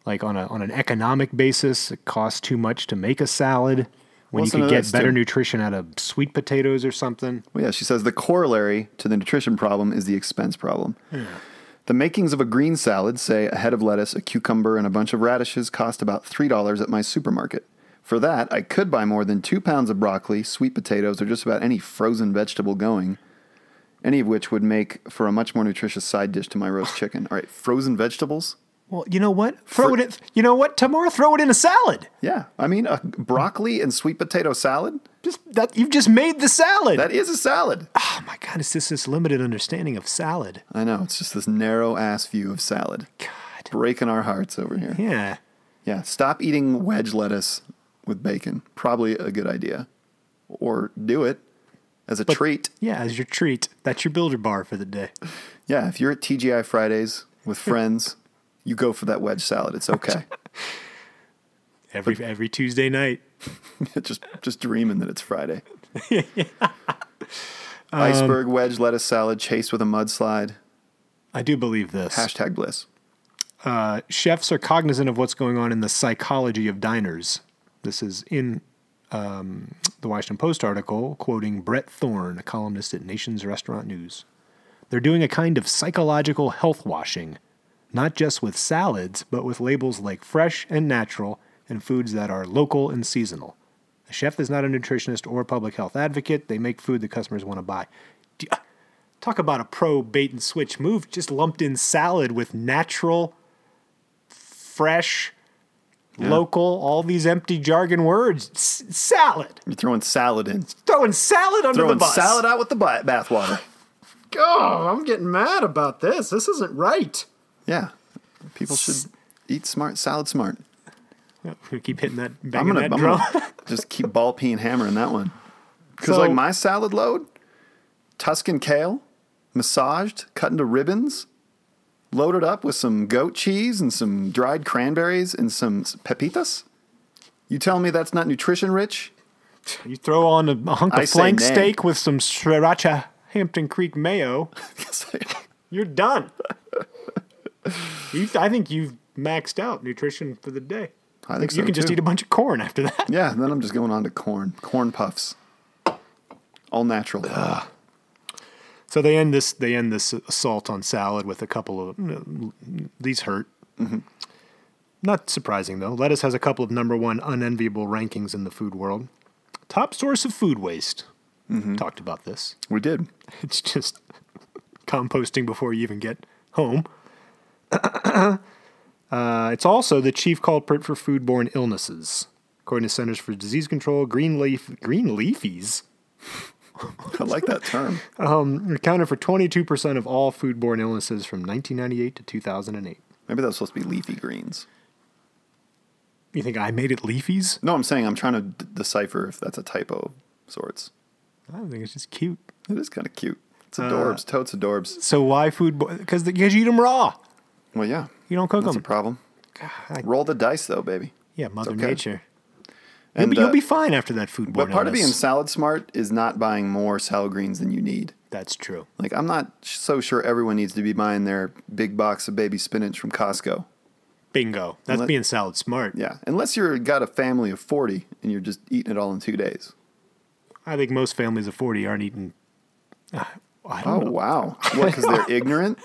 [SPEAKER 1] Like on a on an economic basis, it costs too much to make a salad when
[SPEAKER 2] Well,
[SPEAKER 1] you
[SPEAKER 2] some
[SPEAKER 1] could
[SPEAKER 2] of
[SPEAKER 1] get
[SPEAKER 2] that's
[SPEAKER 1] better
[SPEAKER 2] too-
[SPEAKER 1] nutrition out of sweet potatoes or something.
[SPEAKER 2] Well, yeah, she says the corollary to the nutrition problem is the expense problem. The makings of a green salad, say a head of lettuce, a cucumber, and a bunch of radishes, cost about $3 at my supermarket. For that, I could buy more than two pounds of broccoli, sweet potatoes, or just about any frozen vegetable going, any of which would make for a much more nutritious side dish to my roast chicken. All right, frozen vegetables?
[SPEAKER 1] Well, you know what? Throw it.
[SPEAKER 2] For-
[SPEAKER 1] In, you know what, Tamar? Throw it in a salad.
[SPEAKER 2] Yeah, I mean, a broccoli and sweet potato salad?
[SPEAKER 1] Just that you've just made the salad.
[SPEAKER 2] That is a salad.
[SPEAKER 1] oh my God! It's just this limited understanding of salad.
[SPEAKER 2] I know, it's just this narrow ass view of salad.
[SPEAKER 1] God.
[SPEAKER 2] Breaking our hearts over here.
[SPEAKER 1] Yeah.
[SPEAKER 2] Yeah, stop eating wedge lettuce with bacon. Probably a good idea. Or do it as a treat.
[SPEAKER 1] Yeah. As your treat, that's your builder bar for the day.
[SPEAKER 2] Yeah, if you're at TGI Fridays with friends, you go for that wedge salad. It's okay. [LAUGHS]
[SPEAKER 1] Every every Tuesday night.
[SPEAKER 2] just just dreaming that
[SPEAKER 1] [LAUGHS]
[SPEAKER 2] it's Friday.
[SPEAKER 1] Um,
[SPEAKER 2] Iceberg wedge lettuce salad chased with a mudslide.
[SPEAKER 1] I do believe this.
[SPEAKER 2] Hashtag bliss.
[SPEAKER 1] chefs are cognizant of what's going on in the psychology of diners. This is in um, the Washington Post article, quoting Brett Thorne, a columnist at Nation's Restaurant News. They're doing a kind of psychological health washing, not just with salads, but with labels like fresh and natural and foods that are local and seasonal. A chef is not a nutritionist or public health advocate. They make food the customers want to buy. Do you- Talk about a pro bait and switch move. Just lumped in salad with natural fresh, local, all these empty jargon words. S- salad.
[SPEAKER 2] You're throwing salad in.
[SPEAKER 1] Throwing salad under the
[SPEAKER 2] Throwing
[SPEAKER 1] bus. [LAUGHS]
[SPEAKER 2] salad out with the ba- bathwater.
[SPEAKER 1] Oh, I'm getting mad about this. This isn't right.
[SPEAKER 2] Yeah. People should eat smart, salad smart.
[SPEAKER 1] We keep hitting that,
[SPEAKER 2] I'm
[SPEAKER 1] banging
[SPEAKER 2] gonna,
[SPEAKER 1] that
[SPEAKER 2] I'm
[SPEAKER 1] drum.
[SPEAKER 2] gonna just keep ball peen and hammering that one. Because
[SPEAKER 1] So-
[SPEAKER 2] like my salad load, Tuscan kale, massaged, cut into ribbons, loaded up with some goat cheese and some dried cranberries and some s- pepitas. You tell me that's not nutrition rich?
[SPEAKER 1] [LAUGHS]
[SPEAKER 2] [LAUGHS]
[SPEAKER 1] you throw on a, a hunk
[SPEAKER 2] I
[SPEAKER 1] of
[SPEAKER 2] say
[SPEAKER 1] flank
[SPEAKER 2] nay.
[SPEAKER 1] steak with some sriracha Hampton Creek mayo. You're
[SPEAKER 2] [LAUGHS]
[SPEAKER 1] done. you, I think you've maxed out nutrition for the day.
[SPEAKER 2] I think
[SPEAKER 1] you
[SPEAKER 2] so,
[SPEAKER 1] can just
[SPEAKER 2] too.
[SPEAKER 1] eat a bunch of corn after that.
[SPEAKER 2] yeah, then I'm just going on to corn, corn puffs, all natural.
[SPEAKER 1] So they end this they end this assault on salad with a couple of these hurt. Not surprising though. Lettuce has a couple of number one unenviable rankings in the food world. Top source of food waste. Talked about this. [LAUGHS]
[SPEAKER 2] We did. [LAUGHS]
[SPEAKER 1] It's just composting before you even get home. [CLEARS THROAT] uh, it's also the chief culprit for foodborne illnesses, according to Centers for Disease Control. Green leaf, green leafies.
[SPEAKER 2] I like that term.
[SPEAKER 1] accounted for 22% of all foodborne illnesses from 1998 to 2008.
[SPEAKER 2] Maybe that was supposed to be leafy greens.
[SPEAKER 1] You think I made it leafies?
[SPEAKER 2] No, I'm saying I'm trying to d- decipher if that's a typo of sorts.
[SPEAKER 1] I don't think it's just cute.
[SPEAKER 2] It is kind of cute.
[SPEAKER 1] Uh,
[SPEAKER 2] It's adorbs. totes adorbs.
[SPEAKER 1] So why food? Because because you eat them raw.
[SPEAKER 2] Well, yeah.
[SPEAKER 1] You don't cook
[SPEAKER 2] That's a
[SPEAKER 1] them.
[SPEAKER 2] problem. Roll the dice, though, baby.
[SPEAKER 1] Yeah, Mother
[SPEAKER 2] okay.
[SPEAKER 1] Nature. You'll, be,
[SPEAKER 2] And, uh,
[SPEAKER 1] you'll be fine after that foodborne
[SPEAKER 2] But part of
[SPEAKER 1] illness.
[SPEAKER 2] being salad smart is not buying more salad greens than you need.
[SPEAKER 1] That's true.
[SPEAKER 2] Like, I'm not so sure everyone needs to be buying their big box of baby spinach from Costco.
[SPEAKER 1] Bingo. That's
[SPEAKER 2] Let-
[SPEAKER 1] being salad smart.
[SPEAKER 2] Yeah, unless you're got a family of 40 and you're just eating it all in two days.
[SPEAKER 1] I think most families of 40 aren't
[SPEAKER 2] [LAUGHS]
[SPEAKER 1] eating. [LAUGHS] Uh, I
[SPEAKER 2] Oh,
[SPEAKER 1] don't know.
[SPEAKER 2] wow. What,
[SPEAKER 1] [LAUGHS]
[SPEAKER 2] because they're ignorant?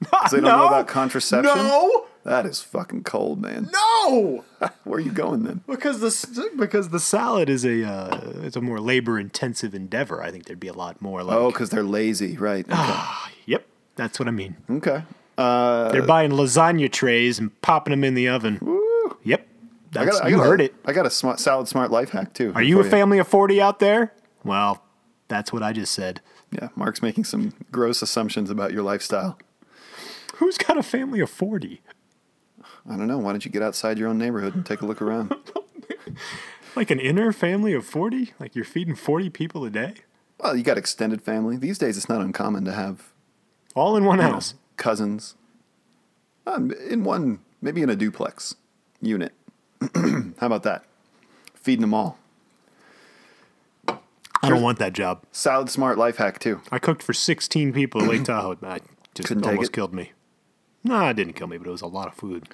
[SPEAKER 2] Because they don't know
[SPEAKER 1] No!
[SPEAKER 2] about contraception?
[SPEAKER 1] No!
[SPEAKER 2] That is fucking cold, man.
[SPEAKER 1] No!
[SPEAKER 2] Where are you going then?
[SPEAKER 1] Because the s- because the salad is a uh, it's a more labor intensive endeavor. I think there'd be a lot more like.
[SPEAKER 2] Oh, because they're lazy,
[SPEAKER 1] [SIGHS]
[SPEAKER 2] right. Okay.
[SPEAKER 1] Yep, that's what I mean.
[SPEAKER 2] okay.
[SPEAKER 1] They're buying lasagna trays and popping them in the oven. Yep,
[SPEAKER 2] I
[SPEAKER 1] that's,
[SPEAKER 2] got, I
[SPEAKER 1] you
[SPEAKER 2] got a-
[SPEAKER 1] heard it.
[SPEAKER 2] I got a smart, salad smart life hack, too.
[SPEAKER 1] Are you a
[SPEAKER 2] for
[SPEAKER 1] family of forty out there? Well, that's what I just said.
[SPEAKER 2] Yeah, Mark's making some gross assumptions about your lifestyle.
[SPEAKER 1] Who's got a family of forty?
[SPEAKER 2] I don't know. Why don't you get outside your own neighborhood and take a look
[SPEAKER 1] [LAUGHS]
[SPEAKER 2] around?
[SPEAKER 1] Like an inner family of forty? Like you're feeding forty people a day,
[SPEAKER 2] well, you got extended family. These days, it's not uncommon to have
[SPEAKER 1] all in one house?
[SPEAKER 2] cousins um, in one, maybe in a duplex unit. [CLEARS THROAT] How about that? Feeding them all.
[SPEAKER 1] I don't want that job.
[SPEAKER 2] Salad smart life hack too.
[SPEAKER 1] I cooked for 16 people at Lake Tahoe. I just
[SPEAKER 2] Couldn't take
[SPEAKER 1] almost
[SPEAKER 2] it?
[SPEAKER 1] killed me. No, it didn't kill me, but it was a lot of food.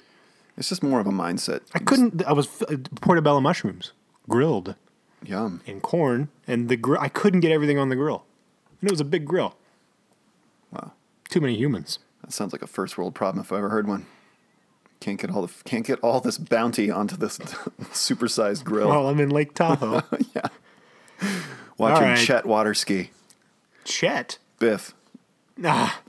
[SPEAKER 2] It's just more of a mindset.
[SPEAKER 1] I couldn't. I was f- portobello mushrooms grilled
[SPEAKER 2] Yum.
[SPEAKER 1] and corn, and the gr- I couldn't get everything on the grill, and it was a big grill.
[SPEAKER 2] Wow,
[SPEAKER 1] Too many humans.
[SPEAKER 2] that sounds like a first world problem if I ever heard one. Can't get all the can't get all this bounty onto this [LAUGHS] supersized grill.
[SPEAKER 1] Well, I'm in Lake
[SPEAKER 2] [LAUGHS]
[SPEAKER 1] Tahoe.
[SPEAKER 2] Watching
[SPEAKER 1] all right.
[SPEAKER 2] Chet water ski.
[SPEAKER 1] Chet.
[SPEAKER 2] Biff.
[SPEAKER 1] Ah,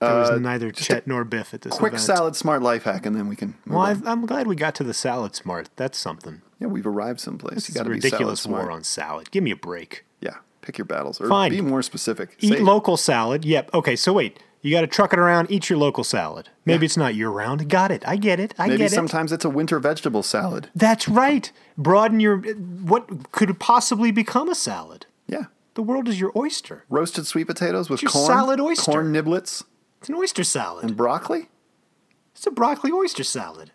[SPEAKER 1] there was neither Chet nor Biff at this
[SPEAKER 2] Uh, Quick
[SPEAKER 1] event.
[SPEAKER 2] salad smart life hack, and then we can. Move
[SPEAKER 1] Well,
[SPEAKER 2] on.
[SPEAKER 1] I, I'm glad we got to the salad smart. That's something.
[SPEAKER 2] Yeah, we've arrived someplace.
[SPEAKER 1] This
[SPEAKER 2] you
[SPEAKER 1] is a
[SPEAKER 2] got to be
[SPEAKER 1] ridiculous
[SPEAKER 2] salad smart.
[SPEAKER 1] war on salad. Give me a break.
[SPEAKER 2] Yeah, pick your battles or
[SPEAKER 1] Fine.
[SPEAKER 2] be more specific.
[SPEAKER 1] Eat
[SPEAKER 2] Say-
[SPEAKER 1] local salad. Yep. Okay. So wait, you got to truck it around. Eat your local salad. Maybe it's not year round. Got it. I get it. I
[SPEAKER 2] Maybe
[SPEAKER 1] get it.
[SPEAKER 2] sometimes it's a winter vegetable salad.
[SPEAKER 1] That's right. Broaden your. What could possibly become a salad?
[SPEAKER 2] Yeah,
[SPEAKER 1] The world is your oyster.
[SPEAKER 2] roasted sweet potatoes with
[SPEAKER 1] Just
[SPEAKER 2] corn,
[SPEAKER 1] salad oyster.
[SPEAKER 2] corn niblets,
[SPEAKER 1] It's an oyster salad.
[SPEAKER 2] and broccoli,
[SPEAKER 1] It's a broccoli oyster salad.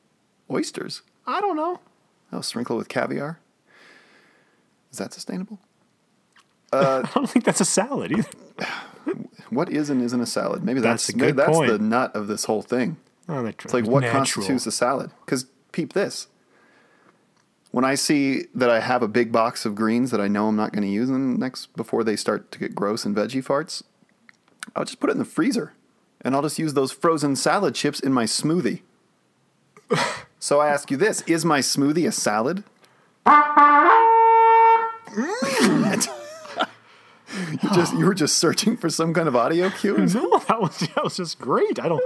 [SPEAKER 2] oysters.
[SPEAKER 1] I don't know. [LAUGHS]
[SPEAKER 2] Oh, sprinkle with caviar. Is that sustainable?
[SPEAKER 1] I don't think that's a salad either. [LAUGHS]
[SPEAKER 2] What is and isn't a salad? Maybe that's
[SPEAKER 1] That's a good
[SPEAKER 2] that's
[SPEAKER 1] point.
[SPEAKER 2] the nut of this whole thing.
[SPEAKER 1] Oh, that
[SPEAKER 2] It's like what
[SPEAKER 1] [LAUGHS]
[SPEAKER 2] constitutes a salad? Because peep this. When I see that I have a big box of greens that I know I'm not going to use in the next before they start to get gross and veggie farts, I'll just put it in the freezer, and I'll just use those frozen salad chips in my smoothie. so I ask you this: Is my smoothie a salad? [LAUGHS] you just you were just searching for some kind of audio cue.
[SPEAKER 1] [LAUGHS] No, that was that was just great. I don't.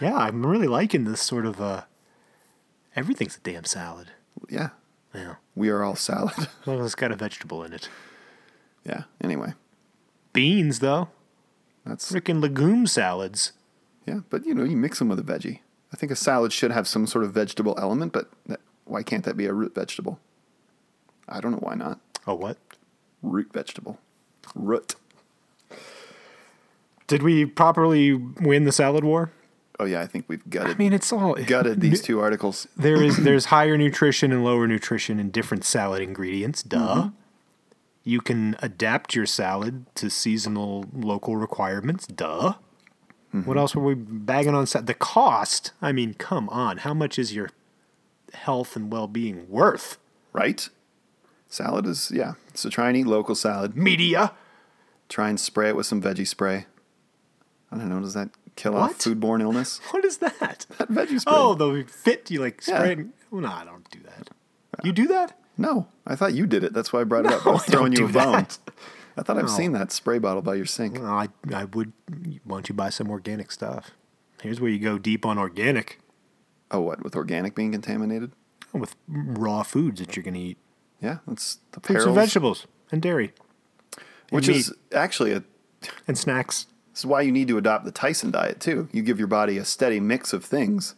[SPEAKER 1] Yeah, I'm really liking this sort of. uh Everything's a damn salad.
[SPEAKER 2] Yeah,
[SPEAKER 1] Yeah,
[SPEAKER 2] we are all salad. [LAUGHS]
[SPEAKER 1] as long as it's got a vegetable in it.
[SPEAKER 2] yeah. Anyway,
[SPEAKER 1] Beans, though.
[SPEAKER 2] that's
[SPEAKER 1] Freaking legume salads.
[SPEAKER 2] Yeah, but you know, you mix them with a veggie. I think a salad should have some sort of vegetable element, but that, why can't that be a root vegetable? I don't know why not.
[SPEAKER 1] Oh, what?
[SPEAKER 2] Root vegetable. Root.
[SPEAKER 1] Did we properly win the salad war?
[SPEAKER 2] Oh yeah, I think we've
[SPEAKER 1] I [LAUGHS]
[SPEAKER 2] gutted
[SPEAKER 1] mean, it's all
[SPEAKER 2] gutted
[SPEAKER 1] [LAUGHS]
[SPEAKER 2] these two articles.
[SPEAKER 1] There is there's higher nutrition and lower nutrition in different salad ingredients. Duh.
[SPEAKER 2] Mm-hmm.
[SPEAKER 1] You can adapt your salad to seasonal local requirements. Duh.
[SPEAKER 2] Mm-hmm.
[SPEAKER 1] What else were we bagging on? sa- The cost. I mean, come on. How much is your health and well being worth?
[SPEAKER 2] Right? Salad is yeah. So try and eat local salad.
[SPEAKER 1] Media.
[SPEAKER 2] Try and spray it with some veggie spray. I don't know, does that kill off
[SPEAKER 1] What?
[SPEAKER 2] foodborne
[SPEAKER 1] [LAUGHS]
[SPEAKER 2] illness?
[SPEAKER 1] What is that?
[SPEAKER 2] That veggie spray.
[SPEAKER 1] Oh, the fit you like
[SPEAKER 2] Yeah.
[SPEAKER 1] spraying. Well, no, I don't do that. You do that?
[SPEAKER 2] No, I thought you did it. That's why I brought it up. I
[SPEAKER 1] No,
[SPEAKER 2] was
[SPEAKER 1] I
[SPEAKER 2] throwing
[SPEAKER 1] don't
[SPEAKER 2] you a
[SPEAKER 1] do
[SPEAKER 2] bone.
[SPEAKER 1] that.
[SPEAKER 2] I thought I've seen that spray bottle by your sink.
[SPEAKER 1] Well, I I would. Why don't you buy some organic stuff? Here's where you go deep on organic.
[SPEAKER 2] Oh, what with organic being contaminated?
[SPEAKER 1] with raw foods that you're going to eat.
[SPEAKER 2] Yeah, that's the
[SPEAKER 1] Fruits and
[SPEAKER 2] perils,
[SPEAKER 1] vegetables and dairy
[SPEAKER 2] which
[SPEAKER 1] meat.
[SPEAKER 2] is actually a,
[SPEAKER 1] and snacks.
[SPEAKER 2] this is why you need to adopt the Tyson diet too. You give your body a steady mix of things,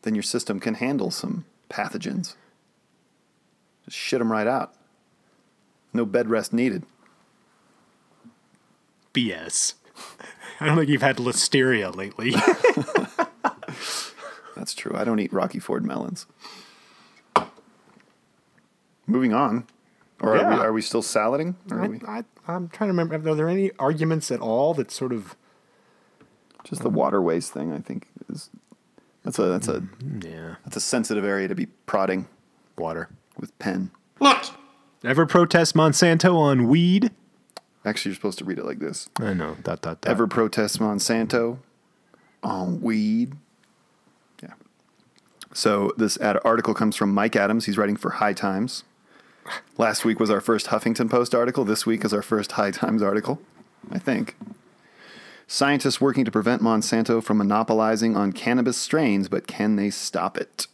[SPEAKER 2] then your system can handle some pathogens. Just shit them right out. No bed rest needed.
[SPEAKER 1] BS. [LAUGHS] I don't think you've had listeria lately.
[SPEAKER 2] That's true. I don't eat Rocky Ford melons. Moving on. Or are,
[SPEAKER 1] Yeah.
[SPEAKER 2] we, are we still salading?
[SPEAKER 1] [LAUGHS]
[SPEAKER 2] Or are we
[SPEAKER 1] [LAUGHS] I, I, I'm trying to remember. Are there any arguments at all that sort of
[SPEAKER 2] just the waterways thing? I think is that's a that's a
[SPEAKER 1] yeah
[SPEAKER 2] that's a sensitive area to be prodding
[SPEAKER 1] water?
[SPEAKER 2] with pen.
[SPEAKER 1] Ever protest Monsanto on weed?
[SPEAKER 2] Actually, you're supposed to read it like this.
[SPEAKER 1] I know. Dot dot dot.
[SPEAKER 2] Ever protest Monsanto on weed? Yeah. So this ad- article comes from Mike Adams. He's writing for High Times. Last week was our first Huffington Post article. This week is our first High Times article, I think. Scientists working to prevent Monsanto from monopolizing on cannabis strains, but can they stop it?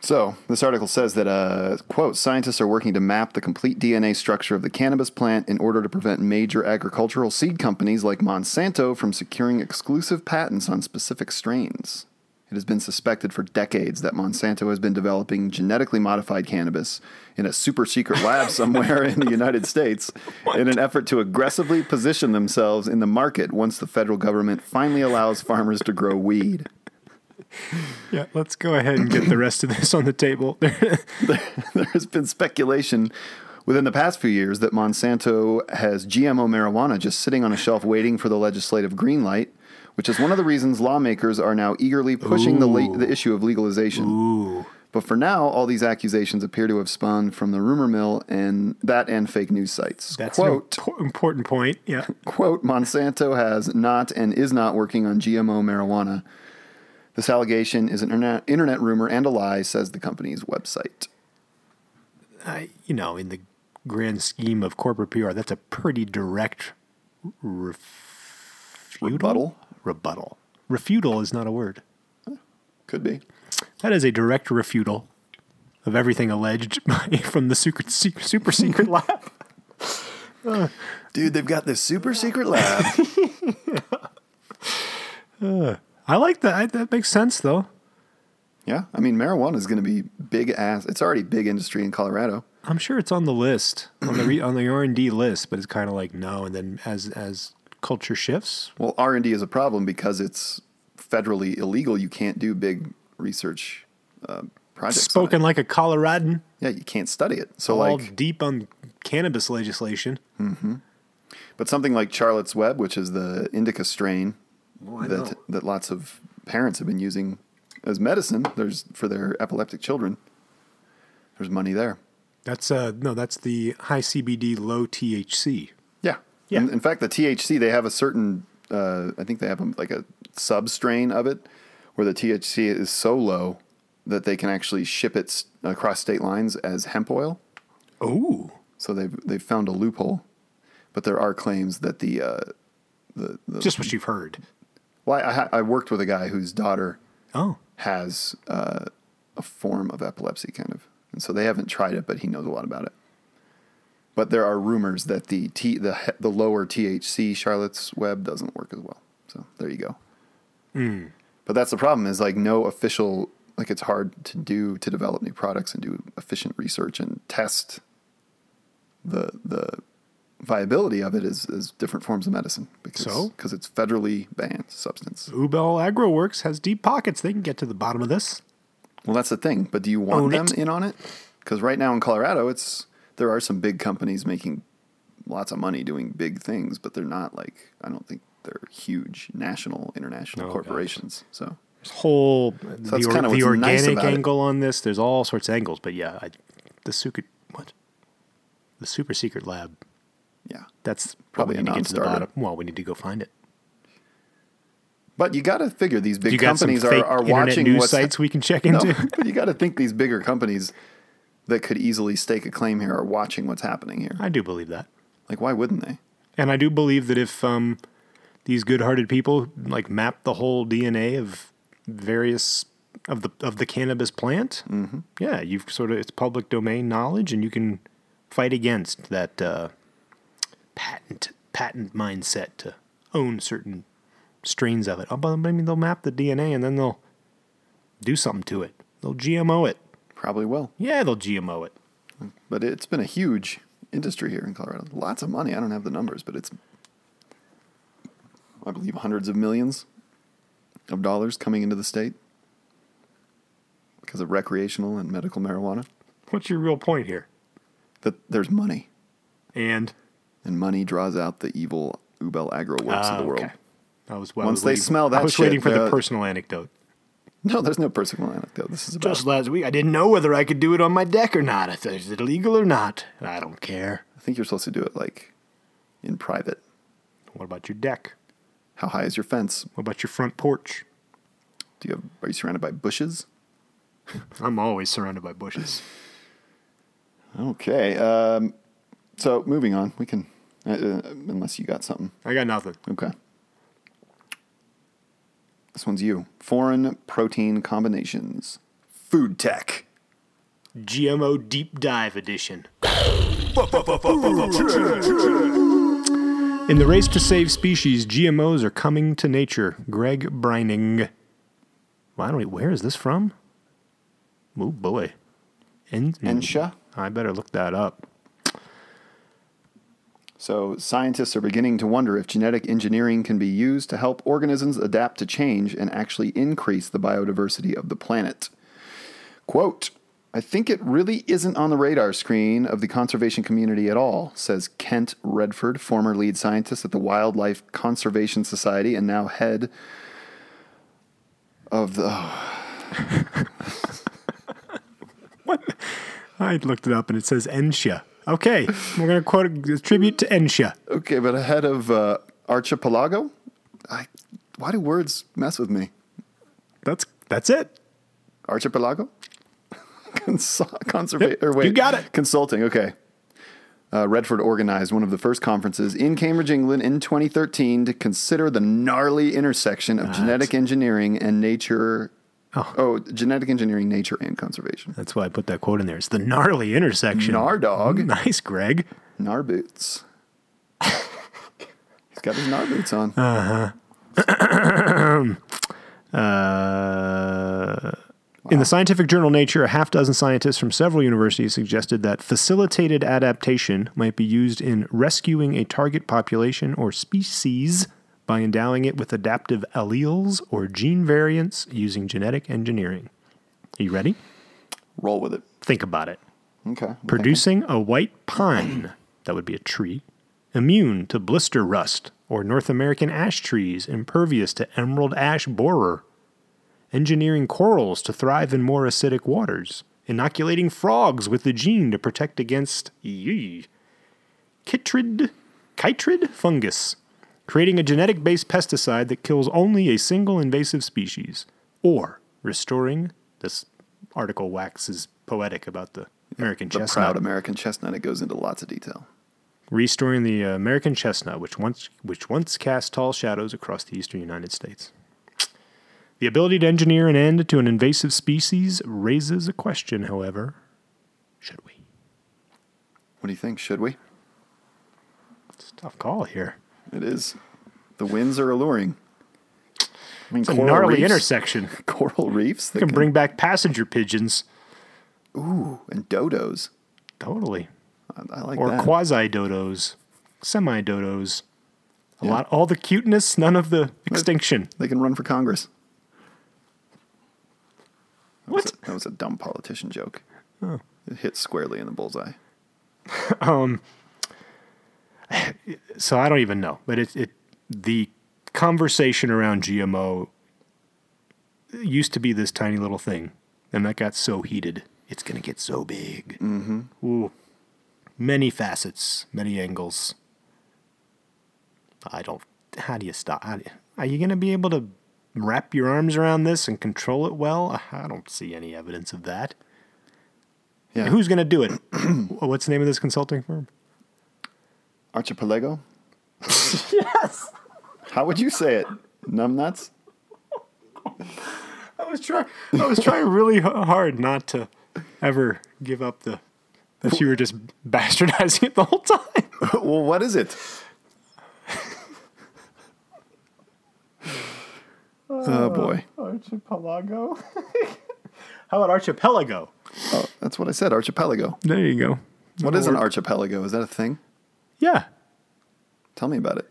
[SPEAKER 2] So, this article says that, uh, quote, scientists are working to map the complete DNA structure of the cannabis plant in order to prevent major agricultural seed companies like Monsanto from securing exclusive patents on specific strains. It has been suspected for decades that Monsanto has been developing genetically modified cannabis in a super secret lab somewhere in the United States in an effort to aggressively position themselves in the market once the federal government finally allows farmers to grow weed.
[SPEAKER 1] Yeah, let's go ahead and get the rest of this on the table. [LAUGHS]
[SPEAKER 2] [LAUGHS] there has been speculation within the past few years that Monsanto has GMO marijuana just sitting on a shelf waiting for the legislative green light, which is one of the reasons lawmakers are now eagerly pushing the, le- the issue of legalization. But for now, all these accusations appear to have spawned from the rumor mill and that and fake news sites.
[SPEAKER 1] That's an
[SPEAKER 2] Quote,
[SPEAKER 1] impor- important point. Yeah.
[SPEAKER 2] quote, Monsanto has not and is not working on GMO marijuana. This allegation is an internet, internet rumor and a lie, says the company's website.
[SPEAKER 1] I, you know, in the grand scheme of corporate PR, that's a pretty direct refutal?
[SPEAKER 2] Rebuttal?
[SPEAKER 1] Rebuttal. Refutal is not a word.
[SPEAKER 2] Could be.
[SPEAKER 1] That is a direct refutal of everything alleged [LAUGHS] by, from the secret, secret, super secret lab.
[SPEAKER 2] Dude, they've got this super secret lab.
[SPEAKER 1] I like that. I, that makes sense, though.
[SPEAKER 2] [LAUGHS] yeah, I mean, marijuana is going to be big ass. It's already big industry in Colorado.
[SPEAKER 1] I'm sure it's on the list on the re, on the R and D list, but it's kind of like no. And then as as culture shifts,
[SPEAKER 2] Well, R and D is a problem because it's federally illegal. You can't do big research uh, projects. on
[SPEAKER 1] spoken
[SPEAKER 2] it.
[SPEAKER 1] like a Coloradan,
[SPEAKER 2] yeah, you can't study it. So
[SPEAKER 1] all
[SPEAKER 2] like,
[SPEAKER 1] deep on cannabis legislation.
[SPEAKER 2] but something like Charlotte's Web, which is the indica strain that that lots of parents have been using as medicine. There's for their epileptic children. There's money there.
[SPEAKER 1] That's uh no, that's the high CBD, low THC.
[SPEAKER 2] Yeah.
[SPEAKER 1] Yeah.
[SPEAKER 2] In, in fact, the THC, they have a certain, uh, I think they have um like a sub strain of it where the THC is so low that they can actually ship it s- across state lines as hemp oil.
[SPEAKER 1] Oh,
[SPEAKER 2] So they've, they've found a loophole. But there are claims that the, uh,
[SPEAKER 1] just what you've heard.
[SPEAKER 2] well, I, ha- I worked with a guy whose daughter
[SPEAKER 1] Oh,
[SPEAKER 2] has uh, a form of epilepsy, kind of. And so they haven't tried it, but he knows a lot about it. But there are rumors that the T, the he- the lower THC Charlotte's Web doesn't work as well. So there you go. But that's the problem is like no official like it's hard to do to develop new products and do efficient research and test the the viability of it as, as different forms of medicine because
[SPEAKER 1] So?
[SPEAKER 2] because it's federally banned substance.
[SPEAKER 1] Ubel AgroWorks has deep pockets. They can get to the bottom of this.
[SPEAKER 2] Well, that's the thing. But do you want
[SPEAKER 1] Own
[SPEAKER 2] them
[SPEAKER 1] it.
[SPEAKER 2] in on it? Because right now in Colorado, it's there are some big companies making lots of money doing big things, but they're not like I don't think they're huge national, international
[SPEAKER 1] Oh, gotcha.
[SPEAKER 2] corporations. So
[SPEAKER 1] There's whole the,
[SPEAKER 2] that's kinda
[SPEAKER 1] the
[SPEAKER 2] what's nice
[SPEAKER 1] organic
[SPEAKER 2] about it.
[SPEAKER 1] angle on this. There's all sorts of angles, but yeah, I, the secret what the super secret lab.
[SPEAKER 2] yeah,
[SPEAKER 1] That's probably
[SPEAKER 2] Probably
[SPEAKER 1] we need
[SPEAKER 2] a
[SPEAKER 1] to get to the
[SPEAKER 2] non-starter.
[SPEAKER 1] bottom. Well, we need to go find it.
[SPEAKER 2] but you got to figure these big
[SPEAKER 1] You got some
[SPEAKER 2] companies are,
[SPEAKER 1] fake
[SPEAKER 2] are
[SPEAKER 1] internet
[SPEAKER 2] watching
[SPEAKER 1] news
[SPEAKER 2] what's
[SPEAKER 1] sites
[SPEAKER 2] [LAUGHS]
[SPEAKER 1] we can check
[SPEAKER 2] No,
[SPEAKER 1] into.
[SPEAKER 2] but you got to think these bigger companies that could easily stake a claim here are watching what's happening here.
[SPEAKER 1] I do believe that.
[SPEAKER 2] Like, why wouldn't they?
[SPEAKER 1] And I do believe that if um, these good-hearted people like map the whole DNA of various of the of the cannabis plant, yeah, you've sort of it's public domain knowledge, and you can fight against that uh, patent patent mindset to own certain strains of it. Oh, but I mean, they'll map the DNA and then they'll do something to it. They'll GMO it.
[SPEAKER 2] Probably will.
[SPEAKER 1] Yeah, they'll GMO it.
[SPEAKER 2] But it's been a huge industry here in Colorado. Lots of money. I don't have the numbers, but it's, I believe, hundreds of millions of dollars coming into the state because of recreational and medical marijuana.
[SPEAKER 1] What's your real point here?
[SPEAKER 2] That there's money,
[SPEAKER 1] And
[SPEAKER 2] and money draws out the evil Ubel Agro works of
[SPEAKER 1] Ah,
[SPEAKER 2] the world.
[SPEAKER 1] okay. I was I was
[SPEAKER 2] Once they
[SPEAKER 1] waiting-
[SPEAKER 2] smell that
[SPEAKER 1] I was
[SPEAKER 2] shit,
[SPEAKER 1] waiting for the
[SPEAKER 2] uh,
[SPEAKER 1] personal anecdote.
[SPEAKER 2] No, there's no personal anecdote. This is about
[SPEAKER 1] Just last week, I didn't know whether I could do it on my deck or not. If it's illegal or not, I don't care.
[SPEAKER 2] I think you're supposed to do it like in private.
[SPEAKER 1] What about your deck?
[SPEAKER 2] How high is your fence?
[SPEAKER 1] What about your front porch?
[SPEAKER 2] Do you have, are you surrounded by bushes?
[SPEAKER 1] I'm always surrounded by bushes.
[SPEAKER 2] Okay. Um, so moving on, we can uh, uh, unless you got something.
[SPEAKER 1] I got nothing.
[SPEAKER 2] Okay. This one's you. Foreign protein combinations. Food tech.
[SPEAKER 1] GMO deep dive edition. In the race to save species, GMOs are coming to nature. Greg Brining. Why don't we? Where is this from? Oh boy. En-
[SPEAKER 2] Ensha.
[SPEAKER 1] I better look that up.
[SPEAKER 2] So, scientists are beginning to wonder if genetic engineering can be used to help organisms adapt to change and actually increase the biodiversity of the planet. Quote, I think it really isn't on the radar screen of the conservation community at all, says Kent Redford, former lead scientist at the Wildlife Conservation Society and now head of the.
[SPEAKER 1] I looked it up and it says Ensha. Okay, [LAUGHS] we're gonna quote a tribute to Ensha.
[SPEAKER 2] Okay, but ahead of uh, archipelago? I, why do words mess with me?
[SPEAKER 1] That's that's it.
[SPEAKER 2] Archipelago? [LAUGHS] Cons- conserva- or wait,
[SPEAKER 1] you got it.
[SPEAKER 2] Consulting, okay. Uh, Redford organized one of the first conferences in Cambridge, England in 2013 to consider the gnarly intersection of genetic engineering and nature.
[SPEAKER 1] Oh.
[SPEAKER 2] genetic engineering, nature, and conservation.
[SPEAKER 1] That's why I put that quote in there. It's the gnarly intersection.
[SPEAKER 2] Gnar dog.
[SPEAKER 1] [LAUGHS] Nice, Greg.
[SPEAKER 2] Gnar boots. [LAUGHS] He's got his gnar boots on.
[SPEAKER 1] Uh, In the scientific journal Nature, a half dozen scientists from several universities suggested that facilitated adaptation might be used in rescuing a target population or species by endowing it with adaptive alleles or gene variants using genetic engineering. Are you ready?
[SPEAKER 2] Roll with it.
[SPEAKER 1] Think about it.
[SPEAKER 2] Okay.
[SPEAKER 1] Producing a white pine, that would be a tree, immune to blister rust or North American ash trees, impervious to emerald ash borer, engineering corals to thrive in more acidic waters, inoculating frogs with the gene to protect against yee, chytrid, chytrid fungus, creating a genetic based pesticide that kills only a single invasive species, or restoring this article waxes poetic about the American
[SPEAKER 2] The
[SPEAKER 1] chestnut
[SPEAKER 2] proud American chestnut. It goes into lots of detail.
[SPEAKER 1] restoring the uh, American chestnut, which once which once cast tall shadows across the eastern United States. The ability to engineer an end to an invasive species raises a question, however. Should we?
[SPEAKER 2] What do you think? Should we?
[SPEAKER 1] It's a tough call here.
[SPEAKER 2] It is. The winds are alluring. I mean,
[SPEAKER 1] It's a gnarly
[SPEAKER 2] reefs,
[SPEAKER 1] intersection.
[SPEAKER 2] [LAUGHS] coral reefs that
[SPEAKER 1] We can
[SPEAKER 2] can-
[SPEAKER 1] bring back passenger pigeons.
[SPEAKER 2] and dodos.
[SPEAKER 1] Totally.
[SPEAKER 2] I, I like
[SPEAKER 1] Or
[SPEAKER 2] that.
[SPEAKER 1] quasi dodos, semi dodos. A lot all the cuteness, none of the extinction.
[SPEAKER 2] they can run for Congress. That was
[SPEAKER 1] What?
[SPEAKER 2] a- that was a dumb politician joke. It hit squarely in the bullseye.
[SPEAKER 1] so I don't even know. But it, it the conversation around GMO used to be this tiny little thing, and that got so heated. It's going to get so big. Mm-hmm. Ooh, many facets, many angles. I don't. How do you stop? How do you, are you going to be able to wrap your arms around this and control it well? I don't see any evidence of that.
[SPEAKER 2] Yeah.
[SPEAKER 1] Who's going to do it? What's the name of this consulting firm? [LAUGHS]
[SPEAKER 2] Archipelago? yes. How would you say it? Numbnuts?
[SPEAKER 1] I was trying. I was trying really h- hard not to ever give up the that you were just bastardizing it the whole time.
[SPEAKER 2] well, what is it? oh boy.
[SPEAKER 1] [LAUGHS] Archipelago. [LAUGHS] How about archipelago?
[SPEAKER 2] Oh, that's what I said. Archipelago.
[SPEAKER 1] There you go.
[SPEAKER 2] What is an archipelago? Is that a thing?
[SPEAKER 1] Yeah,
[SPEAKER 2] Tell me about it.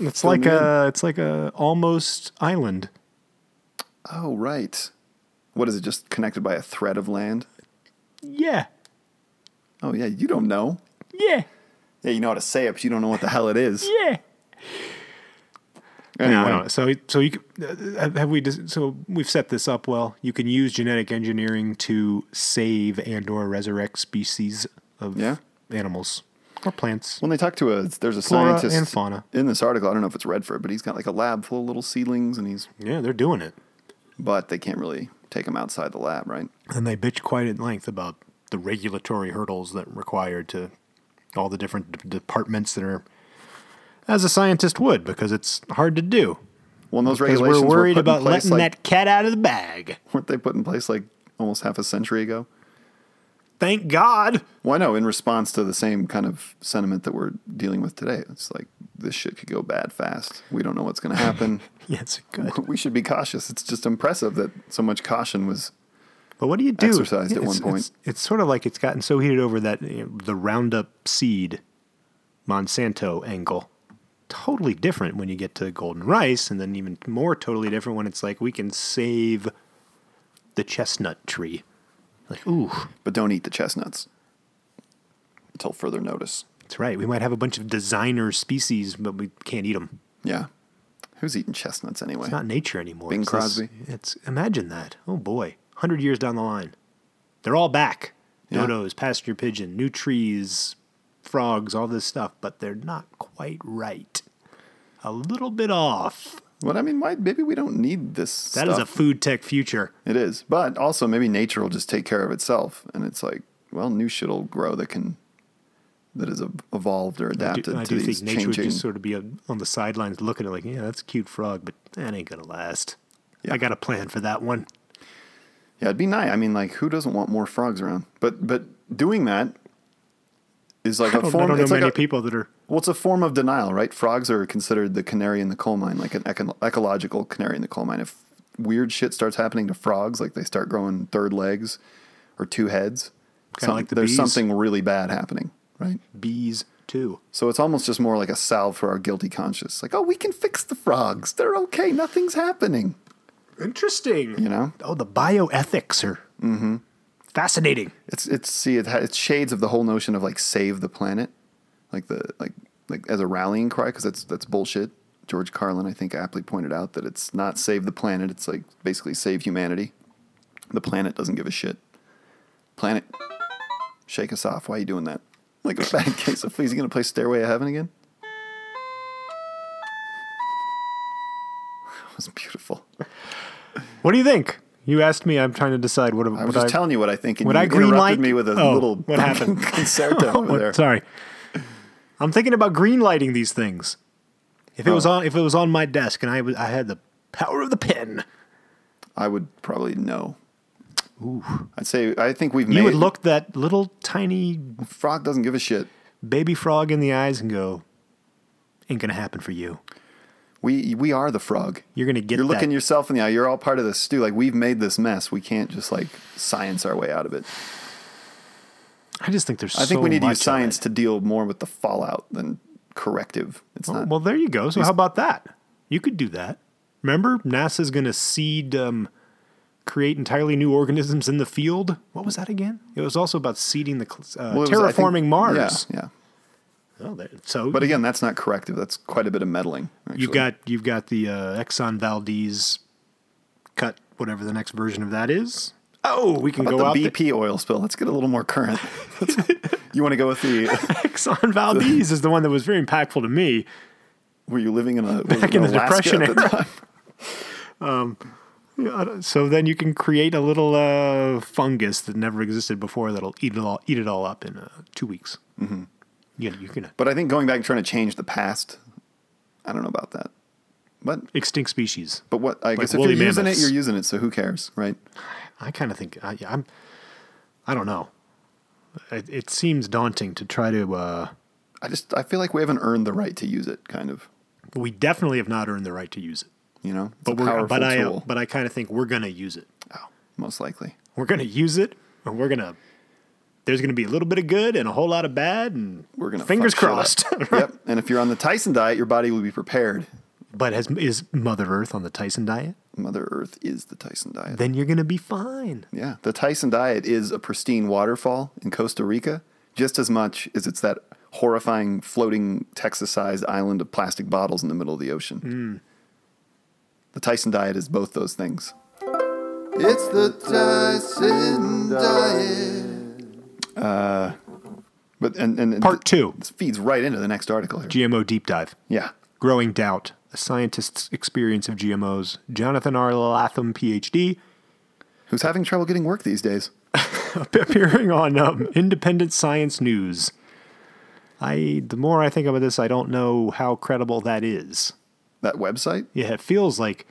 [SPEAKER 1] it's
[SPEAKER 2] Fill
[SPEAKER 1] like
[SPEAKER 2] me in.
[SPEAKER 1] a it's like a almost island.
[SPEAKER 2] Oh, right. What is it? Just connected by a thread of land?
[SPEAKER 1] Yeah.
[SPEAKER 2] Oh, yeah, you don't know.
[SPEAKER 1] Yeah.
[SPEAKER 2] Yeah, you know how to say it, but you don't know what the hell it is.
[SPEAKER 1] [LAUGHS] Yeah.
[SPEAKER 2] Anyway,
[SPEAKER 1] No, I don't. So, so you c- uh, have we? dis- So we've set this up well. You can use genetic engineering to save and/or resurrect species of
[SPEAKER 2] Yeah.
[SPEAKER 1] animals or plants.
[SPEAKER 2] When they talk to a, there's a
[SPEAKER 1] Flora
[SPEAKER 2] scientist
[SPEAKER 1] and fauna.
[SPEAKER 2] in this article. I don't know if it's Redford, but he's got like a lab full of little seedlings, and he's
[SPEAKER 1] yeah, they're doing it,
[SPEAKER 2] but they can't really take them outside the lab, right?
[SPEAKER 1] and they bitch quite at length about the regulatory hurdles that required to all the different d- departments that are, as a scientist would, because it's hard to do.
[SPEAKER 2] Well, and those
[SPEAKER 1] Because
[SPEAKER 2] regulations
[SPEAKER 1] we're
[SPEAKER 2] were
[SPEAKER 1] worried
[SPEAKER 2] put in
[SPEAKER 1] about
[SPEAKER 2] place,
[SPEAKER 1] letting
[SPEAKER 2] like,
[SPEAKER 1] that cat out of the bag.
[SPEAKER 2] weren't they put in place like almost half a century ago?
[SPEAKER 1] Thank God. [LAUGHS]
[SPEAKER 2] Well, I know in response to the same kind of sentiment that we're dealing with today. It's like this shit could go bad fast. We don't know what's going to
[SPEAKER 1] [LAUGHS]
[SPEAKER 2] happen.
[SPEAKER 1] Yes, good.
[SPEAKER 2] [LAUGHS] we should be cautious. It's just impressive that so much caution was.
[SPEAKER 1] But what do you do?
[SPEAKER 2] Exercised at
[SPEAKER 1] It's-
[SPEAKER 2] one point.
[SPEAKER 1] It's, it's sort of like it's gotten so heated over that you know, the Roundup seed Monsanto angle. Totally different when you get to golden rice, and then even more totally different when it's like we can save the chestnut tree. Like, ooh,
[SPEAKER 2] But don't eat the chestnuts until further notice.
[SPEAKER 1] that's right. We might have a bunch of designer species, but we can't eat them.
[SPEAKER 2] Yeah, who's eating chestnuts anyway?
[SPEAKER 1] It's not nature anymore.
[SPEAKER 2] Bing
[SPEAKER 1] it's this-
[SPEAKER 2] Crosby.
[SPEAKER 1] it's imagine that. Oh boy, hundred years down the line, they're all back.
[SPEAKER 2] Yeah.
[SPEAKER 1] Dodos, passenger pigeon, new trees, frogs, all this stuff, but they're not quite right. A little bit off.
[SPEAKER 2] But I mean, why? Maybe we don't need this.
[SPEAKER 1] That is a food tech future.
[SPEAKER 2] It is, but also maybe nature will just take care of itself, and it's like, well, new shit will grow that can that is ev- evolved or
[SPEAKER 1] I
[SPEAKER 2] adapted
[SPEAKER 1] do, I
[SPEAKER 2] to
[SPEAKER 1] do
[SPEAKER 2] these
[SPEAKER 1] think nature
[SPEAKER 2] changing.
[SPEAKER 1] would just sort of be on on the sidelines looking at it like, yeah, that's a cute frog, but that ain't gonna last.
[SPEAKER 2] Yeah.
[SPEAKER 1] I got a plan for that one.
[SPEAKER 2] Yeah, it'd be nice. I mean, like, who doesn't want more frogs around? But but doing that is like
[SPEAKER 1] I
[SPEAKER 2] a
[SPEAKER 1] don't, I
[SPEAKER 2] form.
[SPEAKER 1] don't know
[SPEAKER 2] it's like
[SPEAKER 1] many
[SPEAKER 2] a-
[SPEAKER 1] people that are
[SPEAKER 2] Well, it's a form of denial, right? Frogs are considered the canary in the coal mine, like an eco- ecological canary in the coal mine. If weird shit starts happening to frogs, like they start growing third legs or two heads,
[SPEAKER 1] Kinda
[SPEAKER 2] some-
[SPEAKER 1] like the
[SPEAKER 2] there's
[SPEAKER 1] bees.
[SPEAKER 2] something really bad happening, right?
[SPEAKER 1] bees too.
[SPEAKER 2] So it's almost just more like a salve for our guilty conscience. Like, oh, we can fix the frogs. They're okay. Nothing's happening.
[SPEAKER 1] Interesting.
[SPEAKER 2] You know?
[SPEAKER 1] Oh, the bioethics are
[SPEAKER 2] Mm-hmm.
[SPEAKER 1] fascinating.
[SPEAKER 2] It's it's see it ha- it's shades of the whole notion of like save the planet, like the like like as a rallying cry because that's that's bullshit. George Carlin, I think, aptly pointed out that it's not save the planet. It's like basically save humanity. The planet doesn't give a shit. Planet, shake us off. Why are you doing that? [LAUGHS] Like a bad [LAUGHS] case of please. You gonna play Stairway to Heaven again? That was beautiful.
[SPEAKER 1] What do you think? You asked me. I'm trying to decide what.
[SPEAKER 2] I was just telling you what I think, and
[SPEAKER 1] would
[SPEAKER 2] you
[SPEAKER 1] I green
[SPEAKER 2] interrupted
[SPEAKER 1] light-
[SPEAKER 2] me with a
[SPEAKER 1] Oh,
[SPEAKER 2] little
[SPEAKER 1] what happened?
[SPEAKER 2] [LAUGHS] concerto over
[SPEAKER 1] [LAUGHS] What-
[SPEAKER 2] there.
[SPEAKER 1] Sorry. I'm thinking about green lighting these things. If it
[SPEAKER 2] Oh.
[SPEAKER 1] was on, if it was on my desk and I was, I had the power of the pen,
[SPEAKER 2] I would probably know. I'd say I think we've made.
[SPEAKER 1] you would look that little tiny
[SPEAKER 2] Frog doesn't give a shit.
[SPEAKER 1] baby frog in the eyes and go, "Ain't gonna happen for you.
[SPEAKER 2] We we are the frog.
[SPEAKER 1] You're gonna get
[SPEAKER 2] You're
[SPEAKER 1] that."
[SPEAKER 2] looking yourself in the eye. You're all part of the stew. Like we've made this mess. We can't just like science our way out of it.
[SPEAKER 1] I just think there's.
[SPEAKER 2] I think we need to use science
[SPEAKER 1] science.
[SPEAKER 2] to deal more with the fallout than corrective. It's not.
[SPEAKER 1] Well, there you go. So how about that? You could do that. Remember, NASA's going to seed, um, create entirely new organisms in the field. What was that again? It was also about seeding the cl- uh,
[SPEAKER 2] well, it was- I think-
[SPEAKER 1] terraforming Mars.
[SPEAKER 2] Yeah, yeah.
[SPEAKER 1] Oh, there, so
[SPEAKER 2] But again, that's not corrective. That's quite a bit of meddling. Actually.
[SPEAKER 1] you've got you've got the uh, Exxon Valdez cut, whatever the next version of that is. Oh, we can
[SPEAKER 2] But
[SPEAKER 1] go out
[SPEAKER 2] the
[SPEAKER 1] the-
[SPEAKER 2] BP oil spill. Let's get a little more current. [LAUGHS] you want to go with
[SPEAKER 1] [LAUGHS]
[SPEAKER 2] the?
[SPEAKER 1] Exxon
[SPEAKER 2] [LAUGHS]
[SPEAKER 1] Valdez is the one that was very impactful to me.
[SPEAKER 2] Were you living in a
[SPEAKER 1] Back in the
[SPEAKER 2] Alaska
[SPEAKER 1] Depression
[SPEAKER 2] at
[SPEAKER 1] era.
[SPEAKER 2] time?
[SPEAKER 1] Yeah, I don't- So then you can create a little uh, fungus that never existed before that'll eat it all eat it all up in uh, two weeks. Mm-hmm. You know, you're gonna
[SPEAKER 2] But I think going back and trying to change the past, I don't know about that. But
[SPEAKER 1] extinct species.
[SPEAKER 2] but what I guess if you're
[SPEAKER 1] woolly
[SPEAKER 2] using it,
[SPEAKER 1] mammoths.
[SPEAKER 2] you're using it. So who cares, right?
[SPEAKER 1] I kind of think I, I'm. I don't know. It, it seems daunting to try to. Uh,
[SPEAKER 2] I just I feel like we haven't earned the right to use it, kind of.
[SPEAKER 1] we definitely have not earned the right to use it,
[SPEAKER 2] You know, it's
[SPEAKER 1] but
[SPEAKER 2] a
[SPEAKER 1] we're
[SPEAKER 2] powerful
[SPEAKER 1] but I uh,
[SPEAKER 2] tool,
[SPEAKER 1] but I kind of think we're gonna use it.
[SPEAKER 2] Oh, most likely.
[SPEAKER 1] We're gonna use it, and we're gonna. There's gonna be a little bit of good and a whole lot of bad, and
[SPEAKER 2] We're gonna
[SPEAKER 1] fingers
[SPEAKER 2] fuck shit up.
[SPEAKER 1] crossed. [LAUGHS]
[SPEAKER 2] yep. And if you're on the Tyson diet, your body will be prepared.
[SPEAKER 1] But has, is Mother Earth on the Tyson diet?
[SPEAKER 2] Mother Earth is the Tyson diet.
[SPEAKER 1] Then you're going to be fine.
[SPEAKER 2] yeah, the Tyson diet is a pristine waterfall in Costa Rica, just as much as it's that horrifying floating Texas-sized island of plastic bottles in the middle of the ocean. The Tyson diet is both those things. It's the Tyson diet. Uh, but and and and
[SPEAKER 1] Part two
[SPEAKER 2] This feeds right into the next article here.
[SPEAKER 1] GMO deep dive.
[SPEAKER 2] yeah.
[SPEAKER 1] Growing Doubt, A Scientist's Experience of GMOs, Jonathan R. Latham, PhD,
[SPEAKER 2] Who's having trouble getting work these days?
[SPEAKER 1] [LAUGHS] appearing on um, Independent Science News. I the more I think about this, I don't know how credible that is.
[SPEAKER 2] That website?
[SPEAKER 1] Yeah, it feels like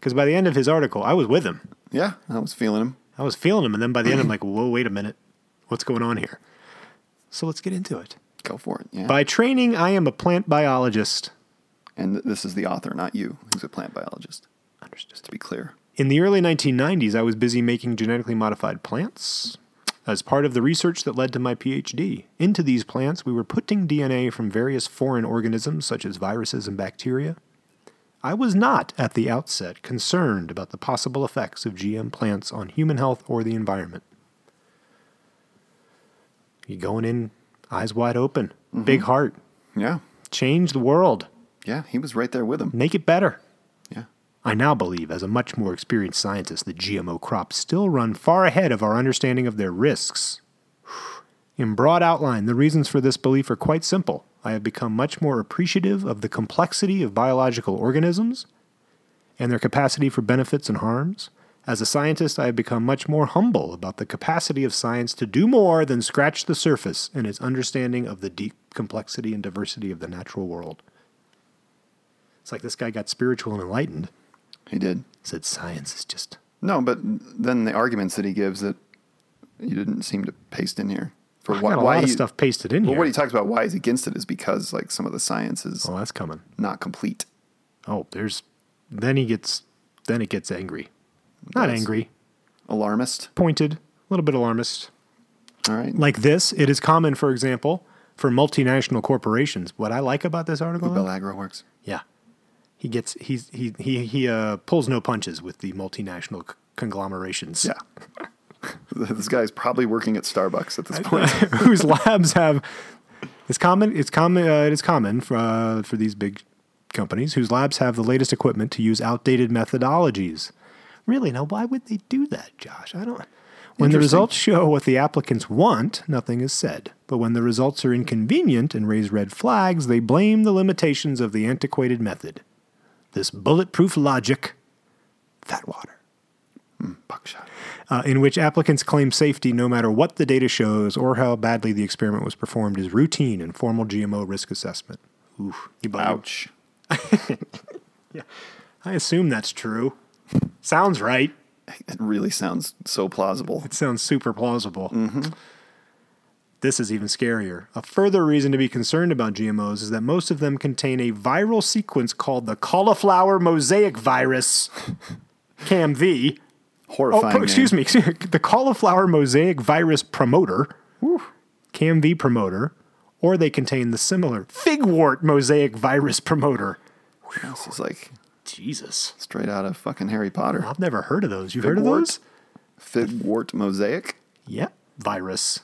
[SPEAKER 1] because by the end of his article, I was with him.
[SPEAKER 2] Yeah, I was feeling him.
[SPEAKER 1] I was feeling him, and then by the end, I'm [LAUGHS] like, whoa, wait a minute, what's going on here? So let's get into it.
[SPEAKER 2] Go for it. Yeah.
[SPEAKER 1] By training, I am a plant biologist.
[SPEAKER 2] and this is the author, not you, who's a plant biologist.
[SPEAKER 1] Understood.
[SPEAKER 2] To be clear.
[SPEAKER 1] In the early 1990s, I was busy making genetically modified plants as part of the research that led to my PhD. Into these plants, we were putting DNA from various foreign organisms, such as viruses and bacteria. I was not, at the outset, concerned about the possible effects of GM plants on human health or the environment. You going in eyes wide open, big heart,
[SPEAKER 2] Yeah.
[SPEAKER 1] change the world,
[SPEAKER 2] Yeah, he was right there with him.
[SPEAKER 1] make it better.
[SPEAKER 2] Yeah.
[SPEAKER 1] I now believe, as a much more experienced scientist, that GMO crops still run far ahead of our understanding of their risks. In broad outline, the reasons for this belief are quite simple. I have become much more appreciative of the complexity of biological organisms and their capacity for benefits and harms. As a scientist, I have become much more humble about the capacity of science to do more than scratch the surface in its understanding of the deep complexity and diversity of the natural world. It's like this guy got spiritual and enlightened
[SPEAKER 2] He did.
[SPEAKER 1] said science is just
[SPEAKER 2] No, but then the arguments that he gives that you didn't seem to paste in here for
[SPEAKER 1] I
[SPEAKER 2] why,
[SPEAKER 1] got a
[SPEAKER 2] why
[SPEAKER 1] lot of
[SPEAKER 2] he-
[SPEAKER 1] stuff pasted in
[SPEAKER 2] Well,
[SPEAKER 1] here.
[SPEAKER 2] what he talks about why he's against it is because like some of the science is
[SPEAKER 1] oh, that's coming.
[SPEAKER 2] not complete.
[SPEAKER 1] Oh, there's then he gets then it gets angry. Not
[SPEAKER 2] Yes.
[SPEAKER 1] angry,
[SPEAKER 2] Alarmist.
[SPEAKER 1] pointed, a little bit alarmist.
[SPEAKER 2] All right.
[SPEAKER 1] Like this, it is common, for example, for multinational corporations. What I like about this article, though-
[SPEAKER 2] Bell Agro works.
[SPEAKER 1] yeah, he gets he's he he he uh, pulls no punches with the multinational c- conglomerations.
[SPEAKER 2] Yeah. [LAUGHS] this guy's probably working at Starbucks at this point.
[SPEAKER 1] [LAUGHS] whose labs have it's common it's common uh, it is common for uh, for these big companies whose labs have the latest equipment to use outdated methodologies. Really, now why would they do that, Josh? I don't. When the
[SPEAKER 2] Interesting.
[SPEAKER 1] results show what the applicants want, nothing is said. But when the results are inconvenient and raise red flags, they blame the limitations of the antiquated method. This bulletproof logic, fat water
[SPEAKER 2] Buckshot.
[SPEAKER 1] uh, in which applicants claim safety no matter what the data shows or how badly the experiment was performed is routine in formal GMO risk assessment. Oof, you bugger.
[SPEAKER 2] Ouch.
[SPEAKER 1] I assume that's true. Sounds right.
[SPEAKER 2] It really sounds so plausible.
[SPEAKER 1] It sounds super plausible. This is even scarier. A further reason to be concerned about GMOs is that most of them contain a viral sequence called the cauliflower mosaic virus, [LAUGHS] CAMV. Oh,
[SPEAKER 2] Horrifying.
[SPEAKER 1] pro- excuse
[SPEAKER 2] name.
[SPEAKER 1] me. [LAUGHS] The cauliflower mosaic virus promoter, CAMV promoter, or they contain the similar figwort mosaic virus promoter.
[SPEAKER 2] This is like
[SPEAKER 1] Jesus.
[SPEAKER 2] straight out of fucking Harry Potter.
[SPEAKER 1] I've never heard of those. You've heard of
[SPEAKER 2] Figwort?
[SPEAKER 1] those?
[SPEAKER 2] Figwort mosaic.
[SPEAKER 1] Yep. Virus.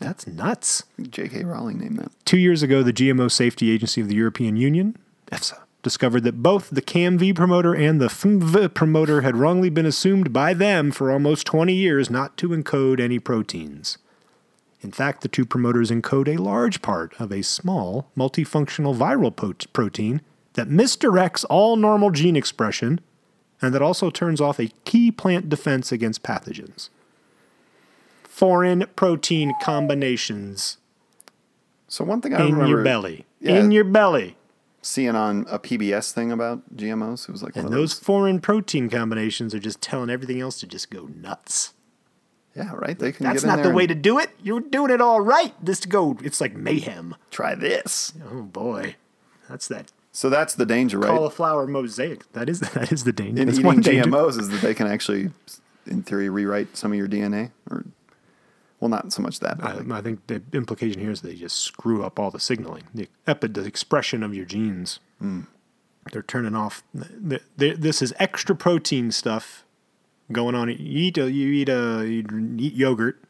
[SPEAKER 1] That's nuts.
[SPEAKER 2] I think J.K. Rowling named that.
[SPEAKER 1] Two years ago, the GMO Safety Agency of the European Union, EFSA, discovered that both the CAMV promoter and the FMV promoter had wrongly been assumed by them for almost 20 years not to encode any proteins. In fact, the two promoters encode a large part of a small, multifunctional viral po- protein that misdirects all normal gene expression and that also turns off a key plant defense against pathogens. Foreign protein combinations
[SPEAKER 2] So one thing I
[SPEAKER 1] in
[SPEAKER 2] remember
[SPEAKER 1] your belly.
[SPEAKER 2] Yeah.
[SPEAKER 1] In your belly.
[SPEAKER 2] seeing on a PBS thing about GMOs, it was like one
[SPEAKER 1] And
[SPEAKER 2] of
[SPEAKER 1] those foreign protein combinations are just telling everything else to just go nuts.
[SPEAKER 2] Yeah, right. They can
[SPEAKER 1] That's
[SPEAKER 2] get in
[SPEAKER 1] not
[SPEAKER 2] there
[SPEAKER 1] the way
[SPEAKER 2] and
[SPEAKER 1] to do it. You're doing it all right. This go it's like mayhem.
[SPEAKER 2] try this.
[SPEAKER 1] Oh boy. That's that
[SPEAKER 2] So that's the danger, right?
[SPEAKER 1] cauliflower mosaic. That is [LAUGHS] that is the danger.
[SPEAKER 2] in
[SPEAKER 1] That's
[SPEAKER 2] eating
[SPEAKER 1] one danger.
[SPEAKER 2] GMOs is that they can actually, in theory, rewrite some of your DNA, or well, not so much that. But like,
[SPEAKER 1] I, I think the implication here is they just screw up all the signaling, the epi- the expression of your genes. They're turning off. th- th- This is extra protein stuff going on. You eat a, you eat a you eat yogurt.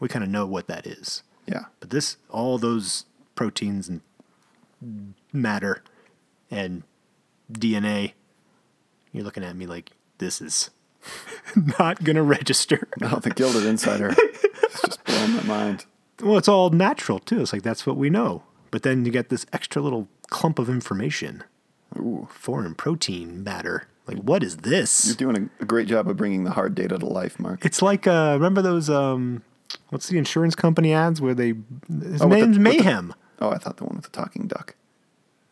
[SPEAKER 1] We kind of know what that is,
[SPEAKER 2] Yeah.
[SPEAKER 1] but this all those proteins and matter and DNA. You're looking at me like this is [LAUGHS] not gonna register.
[SPEAKER 2] Oh, the
[SPEAKER 1] [LAUGHS]
[SPEAKER 2] Gilded Insider. it's just blowing my mind.
[SPEAKER 1] Well, it's all natural too. It's like that's what we know. But then you get this extra little clump of information. Foreign protein matter. Like what is
[SPEAKER 2] You're
[SPEAKER 1] this?
[SPEAKER 2] doing a, a great job of bringing the hard data to life, Mark.
[SPEAKER 1] It's like uh remember those um what's the insurance company ads where they his
[SPEAKER 2] Oh, with
[SPEAKER 1] name's
[SPEAKER 2] the- with the-
[SPEAKER 1] Mayhem.
[SPEAKER 2] Oh, I thought the one with the talking duck.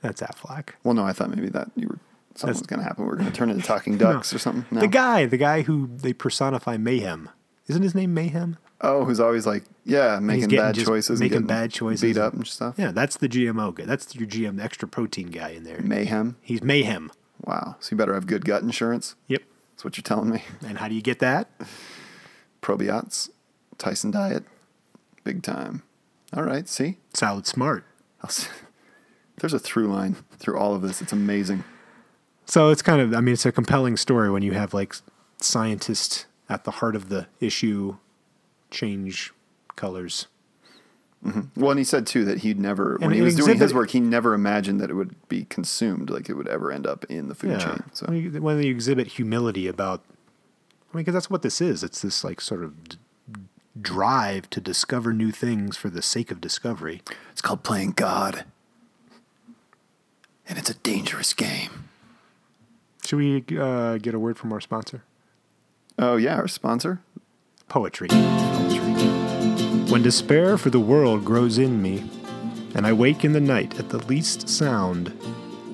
[SPEAKER 1] That's Affleck.
[SPEAKER 2] Well, no, I thought maybe that you were something was going to happen. We are going to turn
[SPEAKER 1] [LAUGHS]
[SPEAKER 2] into talking ducks or something. No.
[SPEAKER 1] The guy, the guy who they personify Mayhem. Isn't his name Mayhem?
[SPEAKER 2] Oh, who's always like, yeah, making
[SPEAKER 1] getting
[SPEAKER 2] bad
[SPEAKER 1] just-
[SPEAKER 2] choices, and
[SPEAKER 1] making
[SPEAKER 2] getting
[SPEAKER 1] bad choices
[SPEAKER 2] beat up
[SPEAKER 1] and-
[SPEAKER 2] and stuff.
[SPEAKER 1] Yeah, that's the GMO guy. That's your GM the extra protein guy in there.
[SPEAKER 2] Mayhem.
[SPEAKER 1] He's Mayhem.
[SPEAKER 2] Wow. So you better have good gut insurance.
[SPEAKER 1] Yep.
[SPEAKER 2] That's what you're telling me. [LAUGHS]
[SPEAKER 1] And how do you get that?
[SPEAKER 2] Probiotics, Tyson diet, big time. All right. See,
[SPEAKER 1] Salad smart.
[SPEAKER 2] I'll s- [LAUGHS] there's a through line through all of this. It's amazing.
[SPEAKER 1] So it's kind of, I mean, it's a compelling story when you have like scientists at the heart of the issue change colors.
[SPEAKER 2] Well, and he said too that he'd never, when
[SPEAKER 1] And
[SPEAKER 2] he
[SPEAKER 1] it
[SPEAKER 2] was doing his
[SPEAKER 1] exhibit-
[SPEAKER 2] work, he never imagined that it would be consumed, like it would ever end up in the food
[SPEAKER 1] Yeah.
[SPEAKER 2] chain. So
[SPEAKER 1] When, you, when you exhibit humility about, I mean, because that's what this is. It's this like sort of d- drive to discover new things for the sake of discovery.
[SPEAKER 2] it's called playing God, and it's a dangerous game.
[SPEAKER 1] Should we uh, get a word from our sponsor?
[SPEAKER 2] Oh yeah, our sponsor.
[SPEAKER 1] Poetry. When despair for the world grows in me, and I wake in the night at the least sound,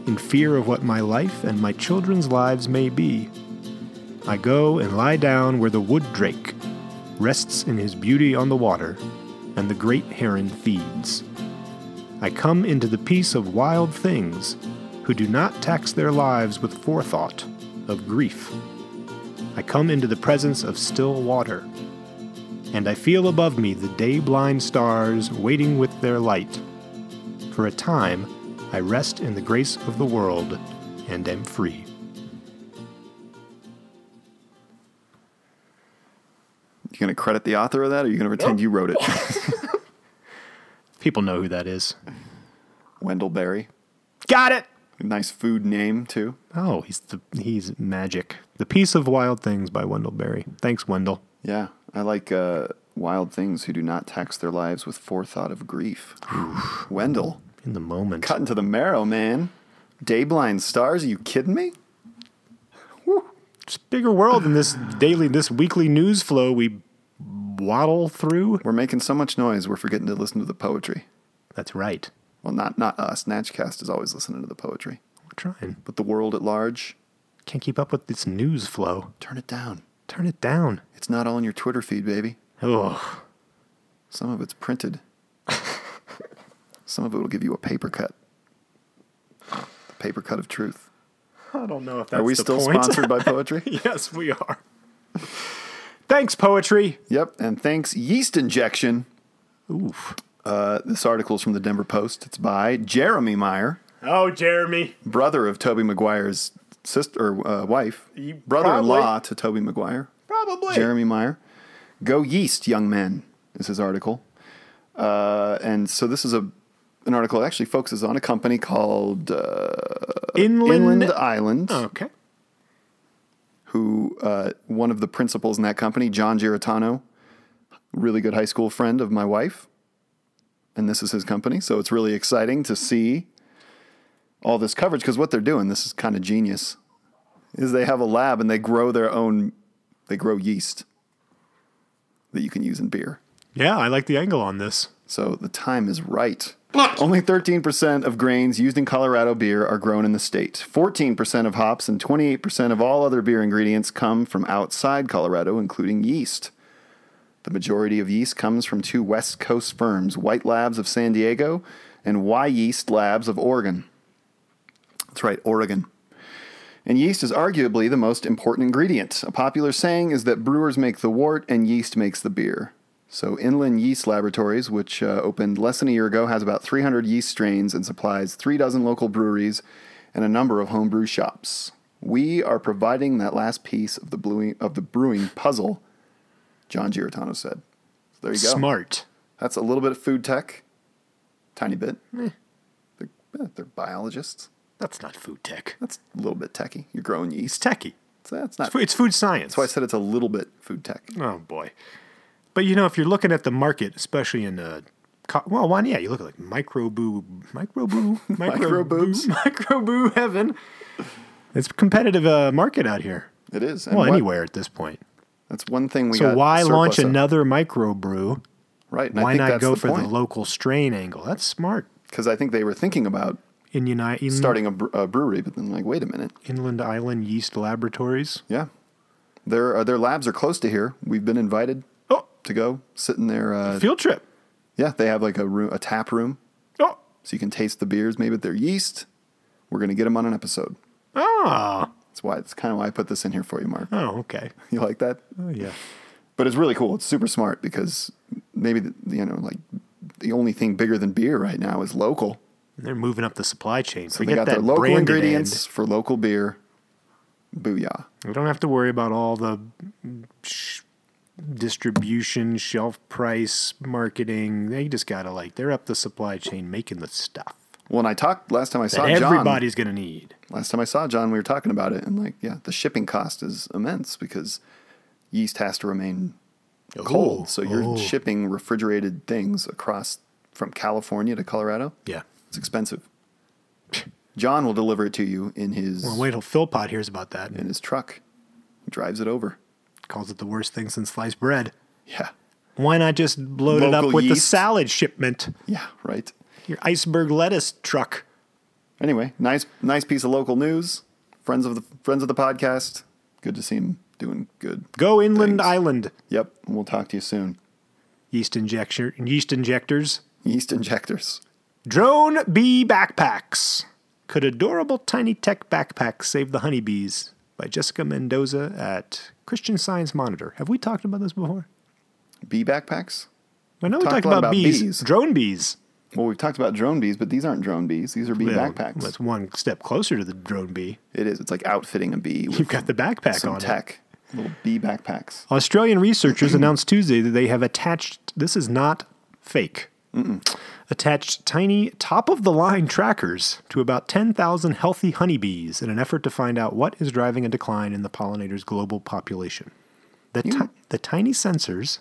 [SPEAKER 1] in fear of what my life and my children's lives may be, I go and lie down where the wood drake rests in his beauty on the water, and the great heron feeds. I come into the peace of wild things who do not tax their lives with forethought of grief. I come into the presence of still water, and I feel above me the day blind stars waiting with their light. For a time, I rest in the grace of the world and am free.
[SPEAKER 2] You gonna credit the author of that, or you gonna pretend you wrote it? [LAUGHS]
[SPEAKER 1] People know who that is.
[SPEAKER 2] Wendell Berry.
[SPEAKER 1] Got it!
[SPEAKER 2] Nice food name too.
[SPEAKER 1] Oh, he's the, he's magic. The Piece of Wild Things by Wendell Berry. Thanks, Wendell.
[SPEAKER 2] Yeah, I like uh, wild things who do not tax their lives with forethought of grief. Wendell,
[SPEAKER 1] In the moment.
[SPEAKER 2] cutting to the marrow, man. Dayblind stars? Are you kidding me?
[SPEAKER 1] It's a bigger world than this daily, this weekly news flow we waddle through.
[SPEAKER 2] We're making so much noise, we're forgetting to listen to the poetry.
[SPEAKER 1] That's right.
[SPEAKER 2] Well, not not us. Natchcast is always listening to the poetry,
[SPEAKER 1] We're trying.
[SPEAKER 2] but the world at large,
[SPEAKER 1] Can't keep up with this news flow.
[SPEAKER 2] turn it down.
[SPEAKER 1] Turn it down.
[SPEAKER 2] It's not all in your Twitter feed, baby.
[SPEAKER 1] Oh,
[SPEAKER 2] Some of it's printed. Some of it will give you a paper cut. The paper cut of truth.
[SPEAKER 1] I don't know if that's
[SPEAKER 2] Are we
[SPEAKER 1] the
[SPEAKER 2] still
[SPEAKER 1] point.
[SPEAKER 2] sponsored by poetry?
[SPEAKER 1] [LAUGHS] yes, we are. Thanks, poetry.
[SPEAKER 2] Yep, and thanks, Yeast Injection.
[SPEAKER 1] Oof.
[SPEAKER 2] Uh, this article's from the Denver Post. It's by Jeremy Meyer,
[SPEAKER 1] Oh, Jeremy.
[SPEAKER 2] brother of Toby Maguire's sister or uh, wife,
[SPEAKER 1] You
[SPEAKER 2] brother-in-law to Toby Maguire.
[SPEAKER 1] Probably.
[SPEAKER 2] Jeremy Meyer. Go yeast, young men, is his article. Uh, and so this is a an article that actually focuses on a company called uh,
[SPEAKER 1] Inland. Oh.
[SPEAKER 2] Inland Island,
[SPEAKER 1] Okay.
[SPEAKER 2] who uh, one of the principals in that company, John Giratano, really good high school friend of my wife. And this is his company. So it's really exciting to see all this coverage because what they're doing, this is kind of genius, is they have a lab and they grow their own, they grow yeast that you can use in beer.
[SPEAKER 1] Yeah, I like the angle on this.
[SPEAKER 2] So the time is right. Only 13% of grains used in Colorado beer are grown in the state. 14% of hops and 28% of all other beer ingredients come from outside Colorado, including yeast. The majority of yeast comes from two West Coast firms, White Labs of San Diego and Y Yeast Labs of Oregon. That's right, Oregon. And yeast is arguably the most important ingredient. A popular saying is that brewers make the wort and yeast makes the beer. So, Inland Yeast Laboratories, which uh, opened less than a year ago, has about 300 yeast strains and supplies three dozen local breweries and a number of homebrew shops. We are providing that last piece of the brewing, of the brewing puzzle, John Giratano said. So there you go.
[SPEAKER 1] Smart.
[SPEAKER 2] That's a little bit of food tech, tiny bit. They're, eh, they're biologists.
[SPEAKER 1] That's not food tech.
[SPEAKER 2] That's a little bit techy. You're growing
[SPEAKER 1] It's
[SPEAKER 2] yeast.
[SPEAKER 1] techie.
[SPEAKER 2] So that's not.
[SPEAKER 1] It's fu- It's food science.
[SPEAKER 2] That's why I said it's a little bit food tech.
[SPEAKER 1] Oh boy. But you know, if you're looking at the market, especially in uh, co- well, one yeah, you look at like micro boo, micro
[SPEAKER 2] [LAUGHS]
[SPEAKER 1] boo, micro [LAUGHS]
[SPEAKER 2] Microboobs?
[SPEAKER 1] boo, micro boo heaven. It's a competitive uh, market out here.
[SPEAKER 2] It is. And
[SPEAKER 1] Well,
[SPEAKER 2] what-
[SPEAKER 1] anywhere at this point.
[SPEAKER 2] That's one thing we
[SPEAKER 1] So
[SPEAKER 2] got.
[SPEAKER 1] why launch
[SPEAKER 2] surplus of.
[SPEAKER 1] another micro brew?
[SPEAKER 2] Right. And I
[SPEAKER 1] Why
[SPEAKER 2] think
[SPEAKER 1] not
[SPEAKER 2] that's
[SPEAKER 1] go
[SPEAKER 2] the
[SPEAKER 1] for
[SPEAKER 2] point.
[SPEAKER 1] the local strain angle? That's smart.
[SPEAKER 2] Because I think they were thinking about
[SPEAKER 1] In United
[SPEAKER 2] starting a, bre- a brewery, but then like, wait a minute.
[SPEAKER 1] Inland Island Yeast Laboratories.
[SPEAKER 2] Yeah. Their, uh, their labs are close to here. We've been invited
[SPEAKER 1] Oh,
[SPEAKER 2] to go sit in their. Uh,
[SPEAKER 1] field trip.
[SPEAKER 2] yeah, they have like a room, a tap room,
[SPEAKER 1] Oh,
[SPEAKER 2] so you can taste the beers, maybe with their yeast. We're going to get them on an episode.
[SPEAKER 1] ah,
[SPEAKER 2] That's why. That's kind of why I put this in here for you, Mark. [LAUGHS]
[SPEAKER 1] oh, okay.
[SPEAKER 2] You like that?
[SPEAKER 1] Oh
[SPEAKER 2] [LAUGHS]
[SPEAKER 1] yeah.
[SPEAKER 2] But it's really cool. It's super smart because maybe the, you know, like the only thing bigger than beer right now is local.
[SPEAKER 1] They're moving up the supply chain.
[SPEAKER 2] So
[SPEAKER 1] Forget
[SPEAKER 2] they got
[SPEAKER 1] that
[SPEAKER 2] their local
[SPEAKER 1] branded end.
[SPEAKER 2] ingredients for local beer. Booyah.
[SPEAKER 1] We don't have to worry about all the sh- distribution, shelf price, marketing. They just gotta like they're up the supply chain making the stuff
[SPEAKER 2] Well, and I talked last time I saw
[SPEAKER 1] that
[SPEAKER 2] John.
[SPEAKER 1] everybody's gonna need.
[SPEAKER 2] Last time I saw John, we were talking about it, and like, yeah, the shipping cost is immense because yeast has to remain cold.
[SPEAKER 1] Oh,
[SPEAKER 2] so you're
[SPEAKER 1] oh.
[SPEAKER 2] shipping refrigerated things across from California to Colorado.
[SPEAKER 1] Yeah.
[SPEAKER 2] It's expensive. John will deliver it to you in his
[SPEAKER 1] Well, wait till Philpot hears about that and
[SPEAKER 2] in his truck. He drives it over.
[SPEAKER 1] calls it the worst thing since sliced bread.
[SPEAKER 2] Yeah.
[SPEAKER 1] Why not just load it
[SPEAKER 2] Local
[SPEAKER 1] up with the
[SPEAKER 2] yeast.
[SPEAKER 1] salad shipment?
[SPEAKER 2] Yeah, right.
[SPEAKER 1] Your iceberg lettuce truck.
[SPEAKER 2] Anyway, nice nice piece of local news. Friends of the friends of the podcast. Good to see him doing good.
[SPEAKER 1] Go inland
[SPEAKER 2] Thanks.
[SPEAKER 1] island.
[SPEAKER 2] Yep, and we'll talk to you soon.
[SPEAKER 1] Yeast injection yeast injectors.
[SPEAKER 2] Yeast injectors.
[SPEAKER 1] Drone bee backpacks. Could adorable tiny tech backpacks save the honeybees? By Jessica Mendoza at Christian Science Monitor. Have we talked about this before?
[SPEAKER 2] Bee backpacks?
[SPEAKER 1] I know we
[SPEAKER 2] Talked
[SPEAKER 1] talked
[SPEAKER 2] a lot
[SPEAKER 1] about,
[SPEAKER 2] about
[SPEAKER 1] bees.
[SPEAKER 2] bees.
[SPEAKER 1] drone bees.
[SPEAKER 2] Well, we've talked about drone bees, but these aren't drone bees. These are bee
[SPEAKER 1] Well,
[SPEAKER 2] backpacks.
[SPEAKER 1] That's one step closer to the drone bee.
[SPEAKER 2] It is. It's like outfitting a bee with
[SPEAKER 1] You've got the backpack
[SPEAKER 2] some
[SPEAKER 1] on it.
[SPEAKER 2] tech. Little bee backpacks.
[SPEAKER 1] Australian researchers announced Tuesday that they have attached, this is not fake, attached tiny top of the line trackers to about 10,000 healthy honeybees in an effort to find out what is driving a decline in the pollinators' global population. The, ti- the tiny sensors,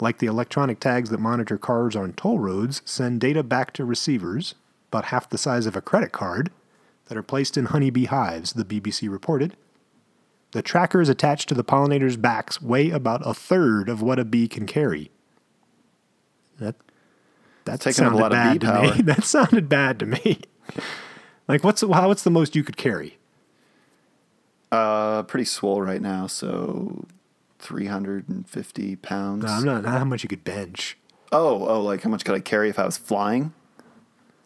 [SPEAKER 1] like the electronic tags that monitor cars on toll roads, send data back to receivers, about half the size of a credit card, that are placed in honeybee hives, the BBC reported. The trackers attached to the pollinators' backs weigh about a third of what a bee can carry. That that
[SPEAKER 2] Taking up a
[SPEAKER 1] sounded
[SPEAKER 2] lot of
[SPEAKER 1] bad
[SPEAKER 2] bee
[SPEAKER 1] to
[SPEAKER 2] power.
[SPEAKER 1] me. [LAUGHS] That sounded bad to me. like what's how what's the most you could carry?
[SPEAKER 2] Uh, pretty swole right now, so 350 pounds.
[SPEAKER 1] No, I'm not not how much you could bench.
[SPEAKER 2] Oh, oh, like how much could I carry if I was flying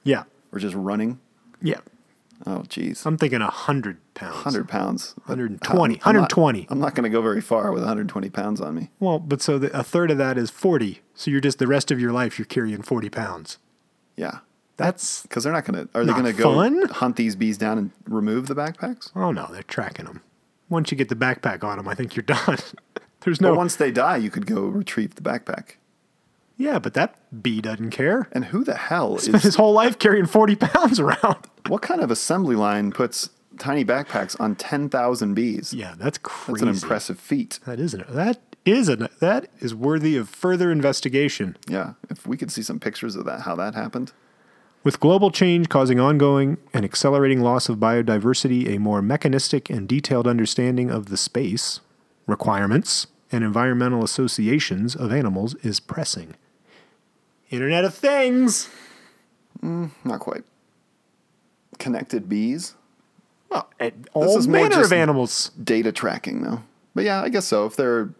[SPEAKER 1] Yeah,
[SPEAKER 2] or just running?
[SPEAKER 1] yeah.
[SPEAKER 2] Oh, geez.
[SPEAKER 1] I'm thinking hundred pounds.
[SPEAKER 2] 100 pounds.
[SPEAKER 1] 120.
[SPEAKER 2] I'm not-
[SPEAKER 1] 120.
[SPEAKER 2] I'm not going to go very far with 120 pounds on me.
[SPEAKER 1] Well, but so the, a third of that is forty. So you're just the rest of your life you're carrying forty pounds.
[SPEAKER 2] Yeah.
[SPEAKER 1] That's
[SPEAKER 2] Because they're not going to, are they
[SPEAKER 1] Not
[SPEAKER 2] going to go
[SPEAKER 1] fun?
[SPEAKER 2] hunt these bees down and remove the backpacks?
[SPEAKER 1] oh no, they're tracking them. Once you get the backpack on them, I think you're [LAUGHS] done. There's
[SPEAKER 2] But
[SPEAKER 1] no
[SPEAKER 2] once they die, you could go retrieve the backpack.
[SPEAKER 1] yeah, but that bee doesn't care. [LAUGHS]
[SPEAKER 2] And who the hell
[SPEAKER 1] Spent his
[SPEAKER 2] is,
[SPEAKER 1] whole life carrying forty pounds around. [LAUGHS]
[SPEAKER 2] what kind of assembly line puts tiny backpacks on 10,000 bees?
[SPEAKER 1] Yeah, that's crazy.
[SPEAKER 2] That's an impressive feat.
[SPEAKER 1] That is an, that is an, that is worthy of further investigation.
[SPEAKER 2] Yeah. If we could see some pictures of that, how that happened.
[SPEAKER 1] With global change causing ongoing and accelerating loss of biodiversity, a more mechanistic and detailed understanding of the space, requirements, and environmental associations of animals is pressing. Internet of Things!
[SPEAKER 2] Not quite. Connected bees?
[SPEAKER 1] Well, and all
[SPEAKER 2] is more
[SPEAKER 1] manner
[SPEAKER 2] just-
[SPEAKER 1] of animals.
[SPEAKER 2] Data tracking, though. But yeah, I guess so. If they're,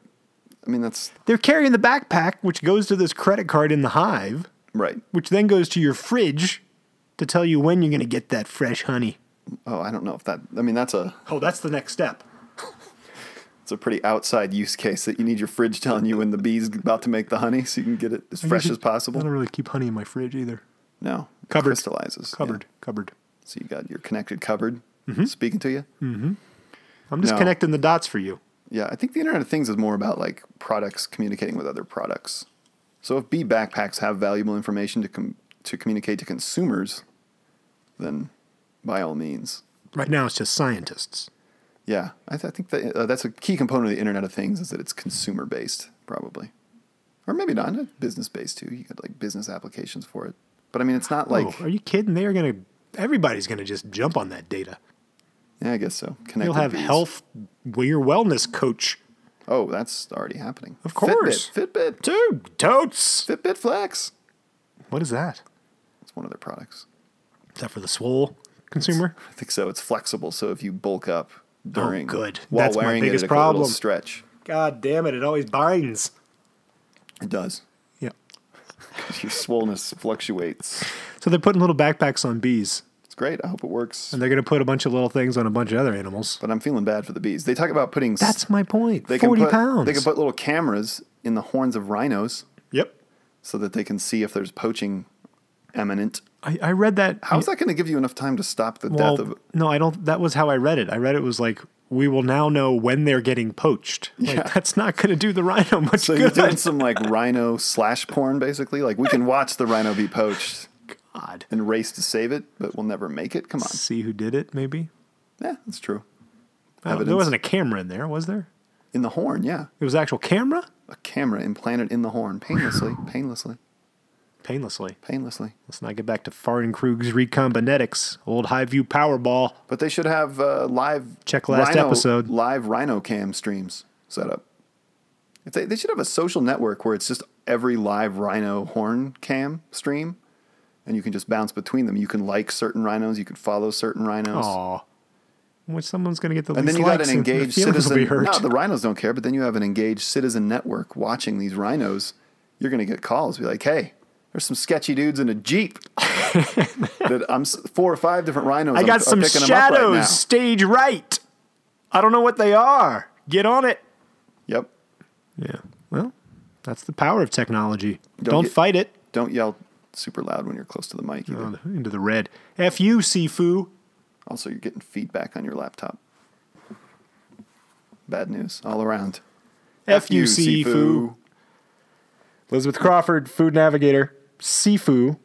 [SPEAKER 2] I mean, that's
[SPEAKER 1] They're carrying the backpack, which goes to this credit card in the hive,
[SPEAKER 2] right.
[SPEAKER 1] which then goes to your fridge to tell you when you're going to get that fresh honey.
[SPEAKER 2] Oh, I don't know if that. I mean, that's a
[SPEAKER 1] Oh, that's the next step.
[SPEAKER 2] it's a pretty outside use case that you need your fridge telling you when the bee's about to make the honey, so you can get it as fresh as
[SPEAKER 1] I don't
[SPEAKER 2] possible.
[SPEAKER 1] really keep honey in my fridge either.
[SPEAKER 2] No, it
[SPEAKER 1] Cupboard.
[SPEAKER 2] crystallizes. yeah.
[SPEAKER 1] Cupboard, Mm-hmm. cupboard.
[SPEAKER 2] So you got your connected cupboard speaking to you.
[SPEAKER 1] Mm. I'm just
[SPEAKER 2] No.
[SPEAKER 1] connecting the dots for you.
[SPEAKER 2] Yeah, I think the Internet of Things is more about like products communicating with other products. So if B backpacks have valuable information to com- to communicate to consumers, then by all means.
[SPEAKER 1] Right now, it's just scientists.
[SPEAKER 2] Yeah, I, th- I think that uh, that's a key component of the Internet of Things is that it's consumer based, probably, or maybe not business based too. You got like business applications for it, but I mean it's not like
[SPEAKER 1] oh, are you kidding? They're gonna. Everybody's gonna just jump on that data.
[SPEAKER 2] yeah, I guess so. Connected
[SPEAKER 1] You'll have
[SPEAKER 2] fees.
[SPEAKER 1] health, well, your wellness coach,
[SPEAKER 2] Oh, that's already happening.
[SPEAKER 1] Of course.
[SPEAKER 2] Fitbit, Fitbit,
[SPEAKER 1] dude. Totes.
[SPEAKER 2] Fitbit Flex.
[SPEAKER 1] What is that?
[SPEAKER 2] It's one of their products.
[SPEAKER 1] Is that for the swole consumer?
[SPEAKER 2] I think so. It's flexible, so if you bulk up during
[SPEAKER 1] Oh, good.
[SPEAKER 2] while
[SPEAKER 1] That's my
[SPEAKER 2] wearing
[SPEAKER 1] biggest
[SPEAKER 2] it, it problem.
[SPEAKER 1] problem.
[SPEAKER 2] stretch.
[SPEAKER 1] God damn it! It always binds.
[SPEAKER 2] It does.
[SPEAKER 1] Yeah.
[SPEAKER 2] Your [LAUGHS] swollenness fluctuates.
[SPEAKER 1] So they're putting little backpacks on bees,
[SPEAKER 2] It's great. I hope it works.
[SPEAKER 1] and they're gonna put a bunch of little things on a bunch of other animals.
[SPEAKER 2] But I'm feeling bad for the bees. They talk about putting s-
[SPEAKER 1] That's my point.
[SPEAKER 2] they can
[SPEAKER 1] Forty
[SPEAKER 2] put,
[SPEAKER 1] pounds.
[SPEAKER 2] They can put little cameras in the horns of rhinos
[SPEAKER 1] Yep.
[SPEAKER 2] so that they can see if there's poaching imminent.
[SPEAKER 1] I, I read that.
[SPEAKER 2] How's that going to give you enough time to stop the
[SPEAKER 1] Well,
[SPEAKER 2] death of?
[SPEAKER 1] no, I don't. That was how I read it. I read it was like, we will now know when they're getting poached. Like,
[SPEAKER 2] Yeah.
[SPEAKER 1] that's not going to do the rhino much
[SPEAKER 2] So you're
[SPEAKER 1] good.
[SPEAKER 2] doing some like rhino slash porn, basically. Like we can watch the rhino be poached
[SPEAKER 1] God.
[SPEAKER 2] and race to save it, but we'll never make it. Come on.
[SPEAKER 1] See who did it, maybe?
[SPEAKER 2] Yeah, that's true.
[SPEAKER 1] I don't- There
[SPEAKER 2] Evidence.
[SPEAKER 1] wasn't a camera in there, was there?
[SPEAKER 2] In the horn, yeah.
[SPEAKER 1] It was actual camera?
[SPEAKER 2] A camera implanted in the horn, painlessly, painlessly,
[SPEAKER 1] Painlessly.
[SPEAKER 2] painlessly.
[SPEAKER 1] Let's not get back to Fardenkrug's recombinetics, old high view Powerball.
[SPEAKER 2] But they should have uh, live
[SPEAKER 1] Check last
[SPEAKER 2] rhino,
[SPEAKER 1] episode.
[SPEAKER 2] live rhino cam streams set up. If they, they should have a social network where it's just every live rhino horn cam stream, and you can just bounce between them. You can like certain rhinos, you can follow certain rhinos,
[SPEAKER 1] Aw. Which someone's going to get the
[SPEAKER 2] and then
[SPEAKER 1] least
[SPEAKER 2] you got
[SPEAKER 1] likes
[SPEAKER 2] an
[SPEAKER 1] and their
[SPEAKER 2] engaged
[SPEAKER 1] feelings
[SPEAKER 2] citizen.
[SPEAKER 1] Will be hurt.
[SPEAKER 2] No, the rhinos don't care, but then you have an engaged citizen network watching these rhinos. You're going to get calls, be like, "Hey, there's some sketchy dudes in
[SPEAKER 1] [LAUGHS]
[SPEAKER 2] a jeep." that I'm s- four or five different rhinos.
[SPEAKER 1] I
[SPEAKER 2] I'm-
[SPEAKER 1] got
[SPEAKER 2] are
[SPEAKER 1] some
[SPEAKER 2] picking 'em up right
[SPEAKER 1] shadows
[SPEAKER 2] now."
[SPEAKER 1] stage right. I don't know what they are. Get on it.
[SPEAKER 2] Yep.
[SPEAKER 1] Yeah. Well, that's the power of technology. Don't,
[SPEAKER 2] get-
[SPEAKER 1] fight it.
[SPEAKER 2] Don't yell super loud when you're close to the mic. either.
[SPEAKER 1] Into the red. F you, Sifu.
[SPEAKER 2] Also, you're getting feedback on your laptop. Bad news all around.
[SPEAKER 1] F you, Sifu. Elizabeth Crawford, Food Navigator. Sifu.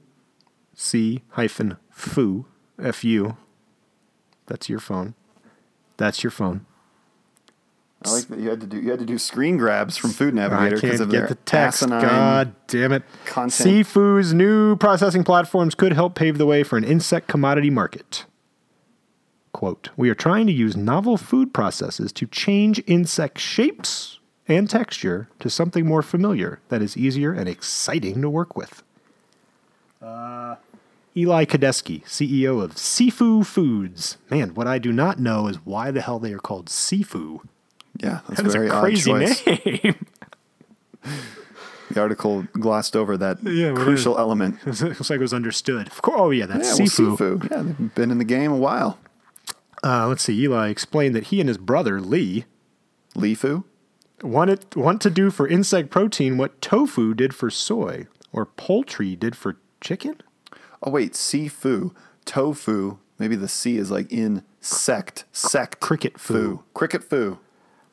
[SPEAKER 1] C hyphen foo. F U. That's your phone. That's your phone.
[SPEAKER 2] I like that you had to do you had to do screen grabs from Food
[SPEAKER 1] I
[SPEAKER 2] Navigator because
[SPEAKER 1] can't
[SPEAKER 2] of
[SPEAKER 1] get
[SPEAKER 2] their
[SPEAKER 1] the text.
[SPEAKER 2] asinine.
[SPEAKER 1] God damn it.
[SPEAKER 2] content.
[SPEAKER 1] Sifu's new processing platforms could help pave the way for an insect commodity market. Quote We are trying to use novel food processes to change insect shapes and texture to something more familiar that is easier and exciting to work with. Uh, Eli Kadesky, CEO of Sifu Foods. Man, what I do not know is why the hell they are called Sifu.
[SPEAKER 2] Yeah, that's
[SPEAKER 1] That is
[SPEAKER 2] very
[SPEAKER 1] a crazy
[SPEAKER 2] odd choice.
[SPEAKER 1] name.
[SPEAKER 2] The article glossed over [LAUGHS] that
[SPEAKER 1] Yeah, what is-
[SPEAKER 2] crucial element.
[SPEAKER 1] It looks like it was understood. Of course, oh yeah,
[SPEAKER 2] Yeah,
[SPEAKER 1] that's
[SPEAKER 2] well,
[SPEAKER 1] Sifu.
[SPEAKER 2] Sifu. Yeah, they've been in the game a while.
[SPEAKER 1] Uh, let's see. Eli explained that he and his brother Lee
[SPEAKER 2] Leefu.
[SPEAKER 1] wanted want to do for insect protein what tofu did for soy or poultry did for chicken.
[SPEAKER 2] Oh wait, Sifu. Tofu. Maybe the C is like in sect. Sect.
[SPEAKER 1] Cricket foo.
[SPEAKER 2] Cricket foo.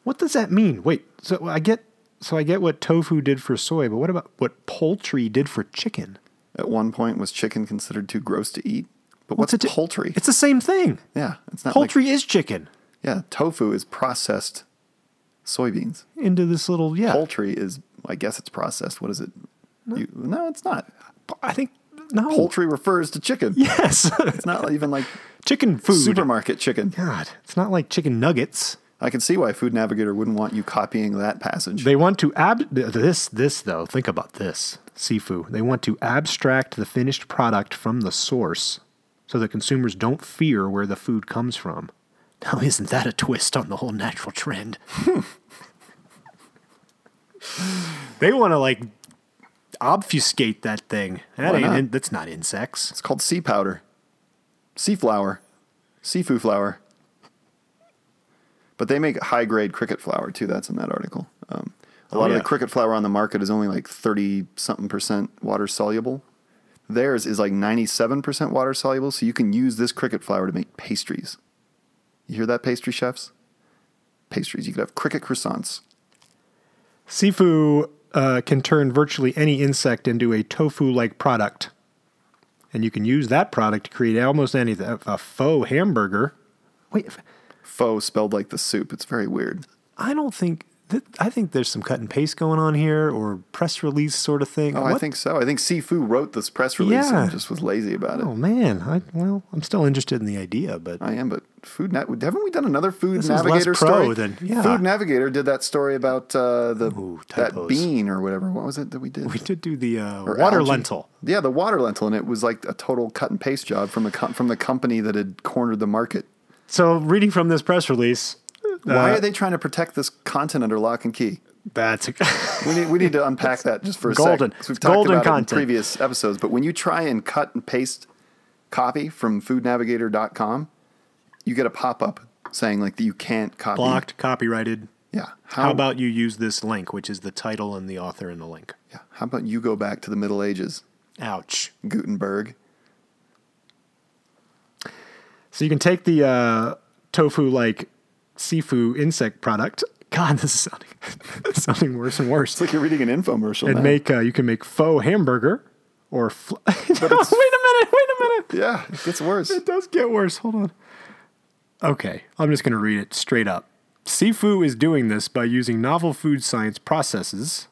[SPEAKER 1] What does that mean? Wait, so I get so I get what tofu did for soy, but what about what poultry did for chicken?
[SPEAKER 2] At one point, was chicken considered too gross to eat? But what's,
[SPEAKER 1] it-
[SPEAKER 2] poultry?
[SPEAKER 1] It's the same thing.
[SPEAKER 2] yeah, it's not
[SPEAKER 1] Poultry is chicken
[SPEAKER 2] Like, yeah, tofu is processed soybeans.
[SPEAKER 1] into this little yeah.
[SPEAKER 2] Poultry is, I guess, it's processed. What is it? No, you, no it's not.
[SPEAKER 1] I think no.
[SPEAKER 2] Poultry refers to chicken.
[SPEAKER 1] [LAUGHS] Yes, [LAUGHS]
[SPEAKER 2] It's not even like
[SPEAKER 1] chicken food.
[SPEAKER 2] supermarket chicken.
[SPEAKER 1] God, it's not like chicken nuggets.
[SPEAKER 2] I can see why Food Navigator wouldn't want you copying that passage.
[SPEAKER 1] They want to ab th- this this though. Think about this, Sifu. They want to abstract the finished product from the source, so that consumers don't fear where the food comes from. Now, isn't that a twist on the whole natural trend? they want to like obfuscate that thing. That
[SPEAKER 2] Why
[SPEAKER 1] ain't
[SPEAKER 2] not?
[SPEAKER 1] in, that's not insects.
[SPEAKER 2] it's called sea powder, sea flour, seafood flour. But they make high grade cricket flour too. That's in that article. Um, a lot of
[SPEAKER 1] Oh, yeah.
[SPEAKER 2] the cricket flour on the market is only like 30 something percent water soluble. Theirs is like 97% water soluble, so you can use this cricket flour to make pastries. You hear that, pastry chefs? Pastries. You could have cricket croissants.
[SPEAKER 1] Sifu uh, can turn virtually any insect into a tofu like product. And you can use that product to create almost anything. A- A faux hamburger. Wait, if-
[SPEAKER 2] Faux spelled like the soup. It's very weird.
[SPEAKER 1] I don't think. Th- I think there's some cut and paste going on here or press release sort of thing.
[SPEAKER 2] Oh, I
[SPEAKER 1] What-
[SPEAKER 2] think so. I think Sifu wrote this press release
[SPEAKER 1] Yeah.
[SPEAKER 2] and just was lazy about it.
[SPEAKER 1] Oh, man. I, well, I'm still interested in the idea, but.
[SPEAKER 2] I am, but Food Net haven't we done another Food
[SPEAKER 1] This is less
[SPEAKER 2] Navigator
[SPEAKER 1] pro
[SPEAKER 2] story?
[SPEAKER 1] than- yeah.
[SPEAKER 2] Food Navigator did that story about uh, the
[SPEAKER 1] Ooh,
[SPEAKER 2] that
[SPEAKER 1] typos.
[SPEAKER 2] bean or whatever. What was it that we did?
[SPEAKER 1] We did do the uh,
[SPEAKER 2] Or
[SPEAKER 1] water
[SPEAKER 2] algae.
[SPEAKER 1] lentil.
[SPEAKER 2] Yeah, the water lentil, and it was like a total cut and paste job from a com- from the company that had cornered the market.
[SPEAKER 1] So, reading from this press release,
[SPEAKER 2] Why
[SPEAKER 1] uh,
[SPEAKER 2] are they trying to protect this content under lock and key?
[SPEAKER 1] that's [LAUGHS] a-
[SPEAKER 2] We need, we need to unpack that just for a
[SPEAKER 1] golden.
[SPEAKER 2] second. 'cause We've
[SPEAKER 1] It's
[SPEAKER 2] talked
[SPEAKER 1] golden
[SPEAKER 2] about
[SPEAKER 1] content.
[SPEAKER 2] it in previous episodes, but when you try and cut and paste copy from foodnavigator.com, you get a pop up saying like that you can't copy.
[SPEAKER 1] blocked, copyrighted.
[SPEAKER 2] Yeah.
[SPEAKER 1] How about you use this link, which is the title and the author and the link?
[SPEAKER 2] yeah, how about you go back to the Middle Ages,
[SPEAKER 1] Ouch.
[SPEAKER 2] Gutenberg?
[SPEAKER 1] So you can take the uh, tofu like sifu insect product. [LAUGHS] God, this is sounding, it's sounding [LAUGHS] worse and worse.
[SPEAKER 2] It's like you're reading an infomercial.
[SPEAKER 1] And
[SPEAKER 2] now.
[SPEAKER 1] make uh, you can make faux hamburger or fl- [LAUGHS] wait a minute, wait a minute.
[SPEAKER 2] yeah, it gets
[SPEAKER 1] [LAUGHS]
[SPEAKER 2] worse.
[SPEAKER 1] It does get worse. Hold on. Okay, I'm just going to read it straight up. Sifu is doing this by using novel food science processes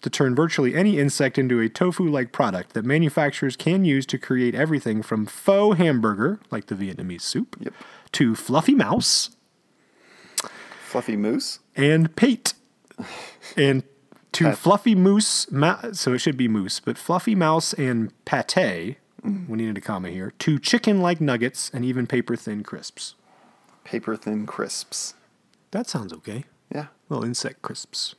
[SPEAKER 1] to turn virtually any insect into a tofu like product that manufacturers can use to create everything from faux hamburger, like the Vietnamese soup,
[SPEAKER 2] Yep.
[SPEAKER 1] to fluffy mouse
[SPEAKER 2] [LAUGHS] Fluffy moose.
[SPEAKER 1] and pate. And to
[SPEAKER 2] Pat.
[SPEAKER 1] fluffy moose, ma- so it should be moose, but fluffy mouse and pate, we needed a comma here, to chicken like nuggets and even paper thin crisps.
[SPEAKER 2] paper thin crisps.
[SPEAKER 1] That sounds okay.
[SPEAKER 2] Yeah,
[SPEAKER 1] Little insect crisps.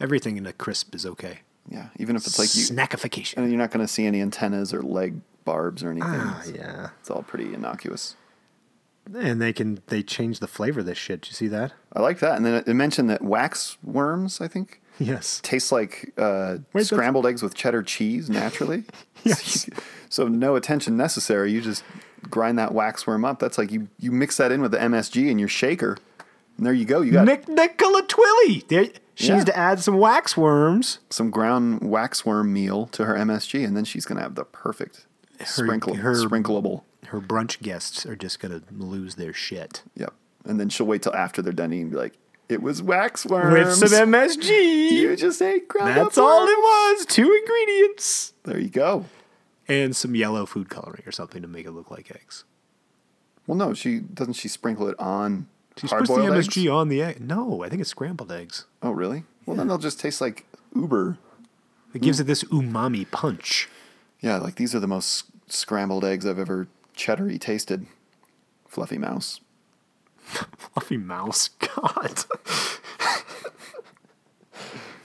[SPEAKER 1] Everything in a crisp is okay.
[SPEAKER 2] yeah. Even if it's like you,
[SPEAKER 1] Snackification.
[SPEAKER 2] and you're not going to see any antennas or leg barbs or anything. It's-
[SPEAKER 1] Ah, yeah.
[SPEAKER 2] It's all pretty innocuous.
[SPEAKER 1] And they can they change the flavor of this shit. Did you see that?
[SPEAKER 2] I like that. And then it- it mentioned that wax worms, I think,
[SPEAKER 1] [LAUGHS] Yes.
[SPEAKER 2] taste like uh,
[SPEAKER 1] that's-
[SPEAKER 2] scrambled eggs with cheddar cheese naturally.
[SPEAKER 1] [LAUGHS]
[SPEAKER 2] [LAUGHS]
[SPEAKER 1] Yes.
[SPEAKER 2] so no attention necessary. You just grind that wax worm up. That's like you you mix that in with the MSG in your shaker, and there you go. You got
[SPEAKER 1] Nick Nicola Twilly. There, she
[SPEAKER 2] Yeah.
[SPEAKER 1] needs to add some wax worms.
[SPEAKER 2] some ground wax worm meal to her MSG, and then she's gonna have the perfect sprinkle
[SPEAKER 1] her-
[SPEAKER 2] sprinkleable.
[SPEAKER 1] Her brunch guests are just gonna lose their shit.
[SPEAKER 2] Yep. And then she'll wait till after they're done eating and be like, it was wax
[SPEAKER 1] With
[SPEAKER 2] worms.
[SPEAKER 1] some MSG.
[SPEAKER 2] you just ate ground
[SPEAKER 1] That's
[SPEAKER 2] up
[SPEAKER 1] all it
[SPEAKER 2] worms."
[SPEAKER 1] was. Two ingredients.
[SPEAKER 2] There you go.
[SPEAKER 1] And some yellow food coloring or something to make it look like eggs.
[SPEAKER 2] Well, no, she doesn't. She sprinkle it on
[SPEAKER 1] She's
[SPEAKER 2] hard
[SPEAKER 1] puts the
[SPEAKER 2] boiled
[SPEAKER 1] MSG
[SPEAKER 2] eggs.
[SPEAKER 1] on the egg. No, I think it's scrambled eggs.
[SPEAKER 2] Oh, really? Well, then they'll just taste like Uber.
[SPEAKER 1] It gives
[SPEAKER 2] Hmm.
[SPEAKER 1] it this umami punch.
[SPEAKER 2] Yeah, like these are the most scrambled eggs I've ever cheddary tasted. Fluffy mouse.
[SPEAKER 1] Fluffy mouse, [LAUGHS] God.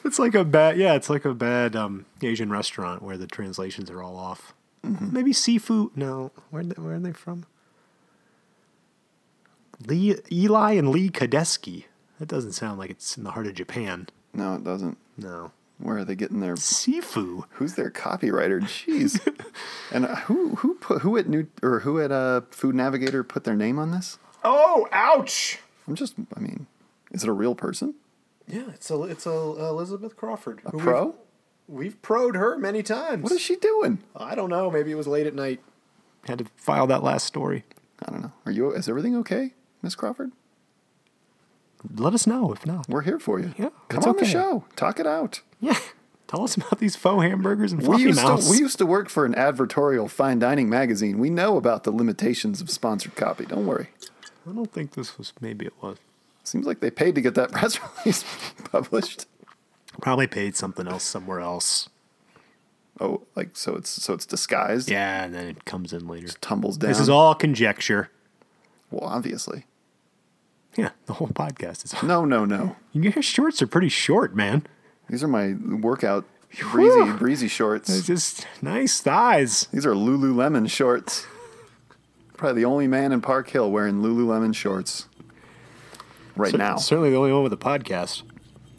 [SPEAKER 1] it's like a bad, yeah, it's like a bad um, Asian restaurant where the translations are all off.
[SPEAKER 2] Mm-hmm.
[SPEAKER 1] Maybe Sifu, no, where they, where are they from? Lee, Eli and Lee Kadeski. That doesn't sound like it's in the heart of Japan.
[SPEAKER 2] No, it doesn't.
[SPEAKER 1] No.
[SPEAKER 2] Where are they getting their
[SPEAKER 1] Sifu.
[SPEAKER 2] Who's their
[SPEAKER 1] [LAUGHS]
[SPEAKER 2] copywriter? Jeez. and uh, who who put who at new or who at uh, Food Navigator put their name on this?
[SPEAKER 1] Oh, ouch.
[SPEAKER 2] I'm just. I mean, is it a real person?
[SPEAKER 1] Yeah, it's a, it's a Elizabeth Crawford.
[SPEAKER 2] A pro?
[SPEAKER 1] We've proed her many times.
[SPEAKER 2] What is she doing?
[SPEAKER 1] I don't know. Maybe it was late at night. Had to file that last story.
[SPEAKER 2] I don't know. Are you? Is everything okay, Miss Crawford?
[SPEAKER 1] Let us know if
[SPEAKER 2] [LAUGHS]
[SPEAKER 1] not.
[SPEAKER 2] We're here for you.
[SPEAKER 1] Yeah,
[SPEAKER 2] Come
[SPEAKER 1] it's
[SPEAKER 2] on the
[SPEAKER 1] okay.
[SPEAKER 2] show. Talk it out.
[SPEAKER 1] Yeah. Tell us about these faux hamburgers and
[SPEAKER 2] We
[SPEAKER 1] fluffy
[SPEAKER 2] used, to,
[SPEAKER 1] mouse.
[SPEAKER 2] we used to work for an advertorial fine dining magazine. We know about the limitations of sponsored copy. Don't worry.
[SPEAKER 1] I don't think this was. Maybe it was.
[SPEAKER 2] Seems like they paid to get that [LAUGHS] press release published.
[SPEAKER 1] Probably paid something else somewhere else.
[SPEAKER 2] Oh, like so it's so it's disguised.
[SPEAKER 1] Yeah, and then it comes in later.
[SPEAKER 2] Tumbles down.
[SPEAKER 1] This is all conjecture.
[SPEAKER 2] well, obviously.
[SPEAKER 1] Yeah, the whole podcast is. [LAUGHS]
[SPEAKER 2] No, no, no.
[SPEAKER 1] Your shorts are pretty short, man.
[SPEAKER 2] These are my workout breezy breezy
[SPEAKER 1] It's
[SPEAKER 2] shorts.
[SPEAKER 1] just nice thighs.
[SPEAKER 2] These are Lululemon shorts. Probably the only man in Park Hill wearing Lululemon shorts right
[SPEAKER 1] Cer-
[SPEAKER 2] now.
[SPEAKER 1] Certainly the only one with a podcast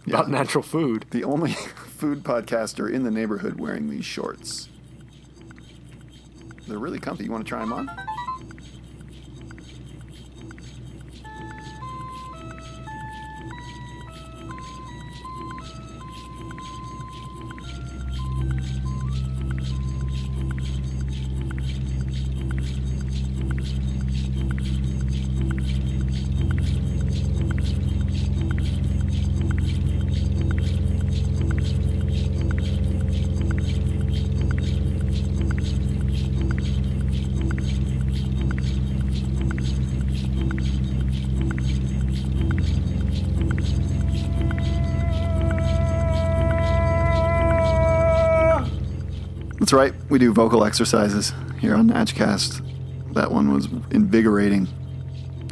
[SPEAKER 1] about natural food.
[SPEAKER 2] [LAUGHS] The only food podcaster in the neighborhood wearing these shorts. They're really comfy. You want to try them on? That's right. We do vocal exercises here on Natchcast. That one was invigorating.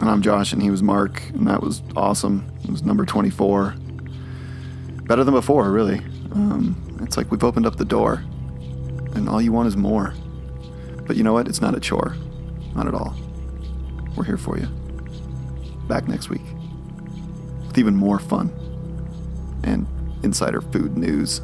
[SPEAKER 2] And I'm Josh, and he was Mark, and that was awesome. It was number 24. Better than before, really. Um, it's like we've opened up the door, and all you want is more. But you know what? It's not a chore. Not at all. We're here for you. Back next week with even more fun and insider food news.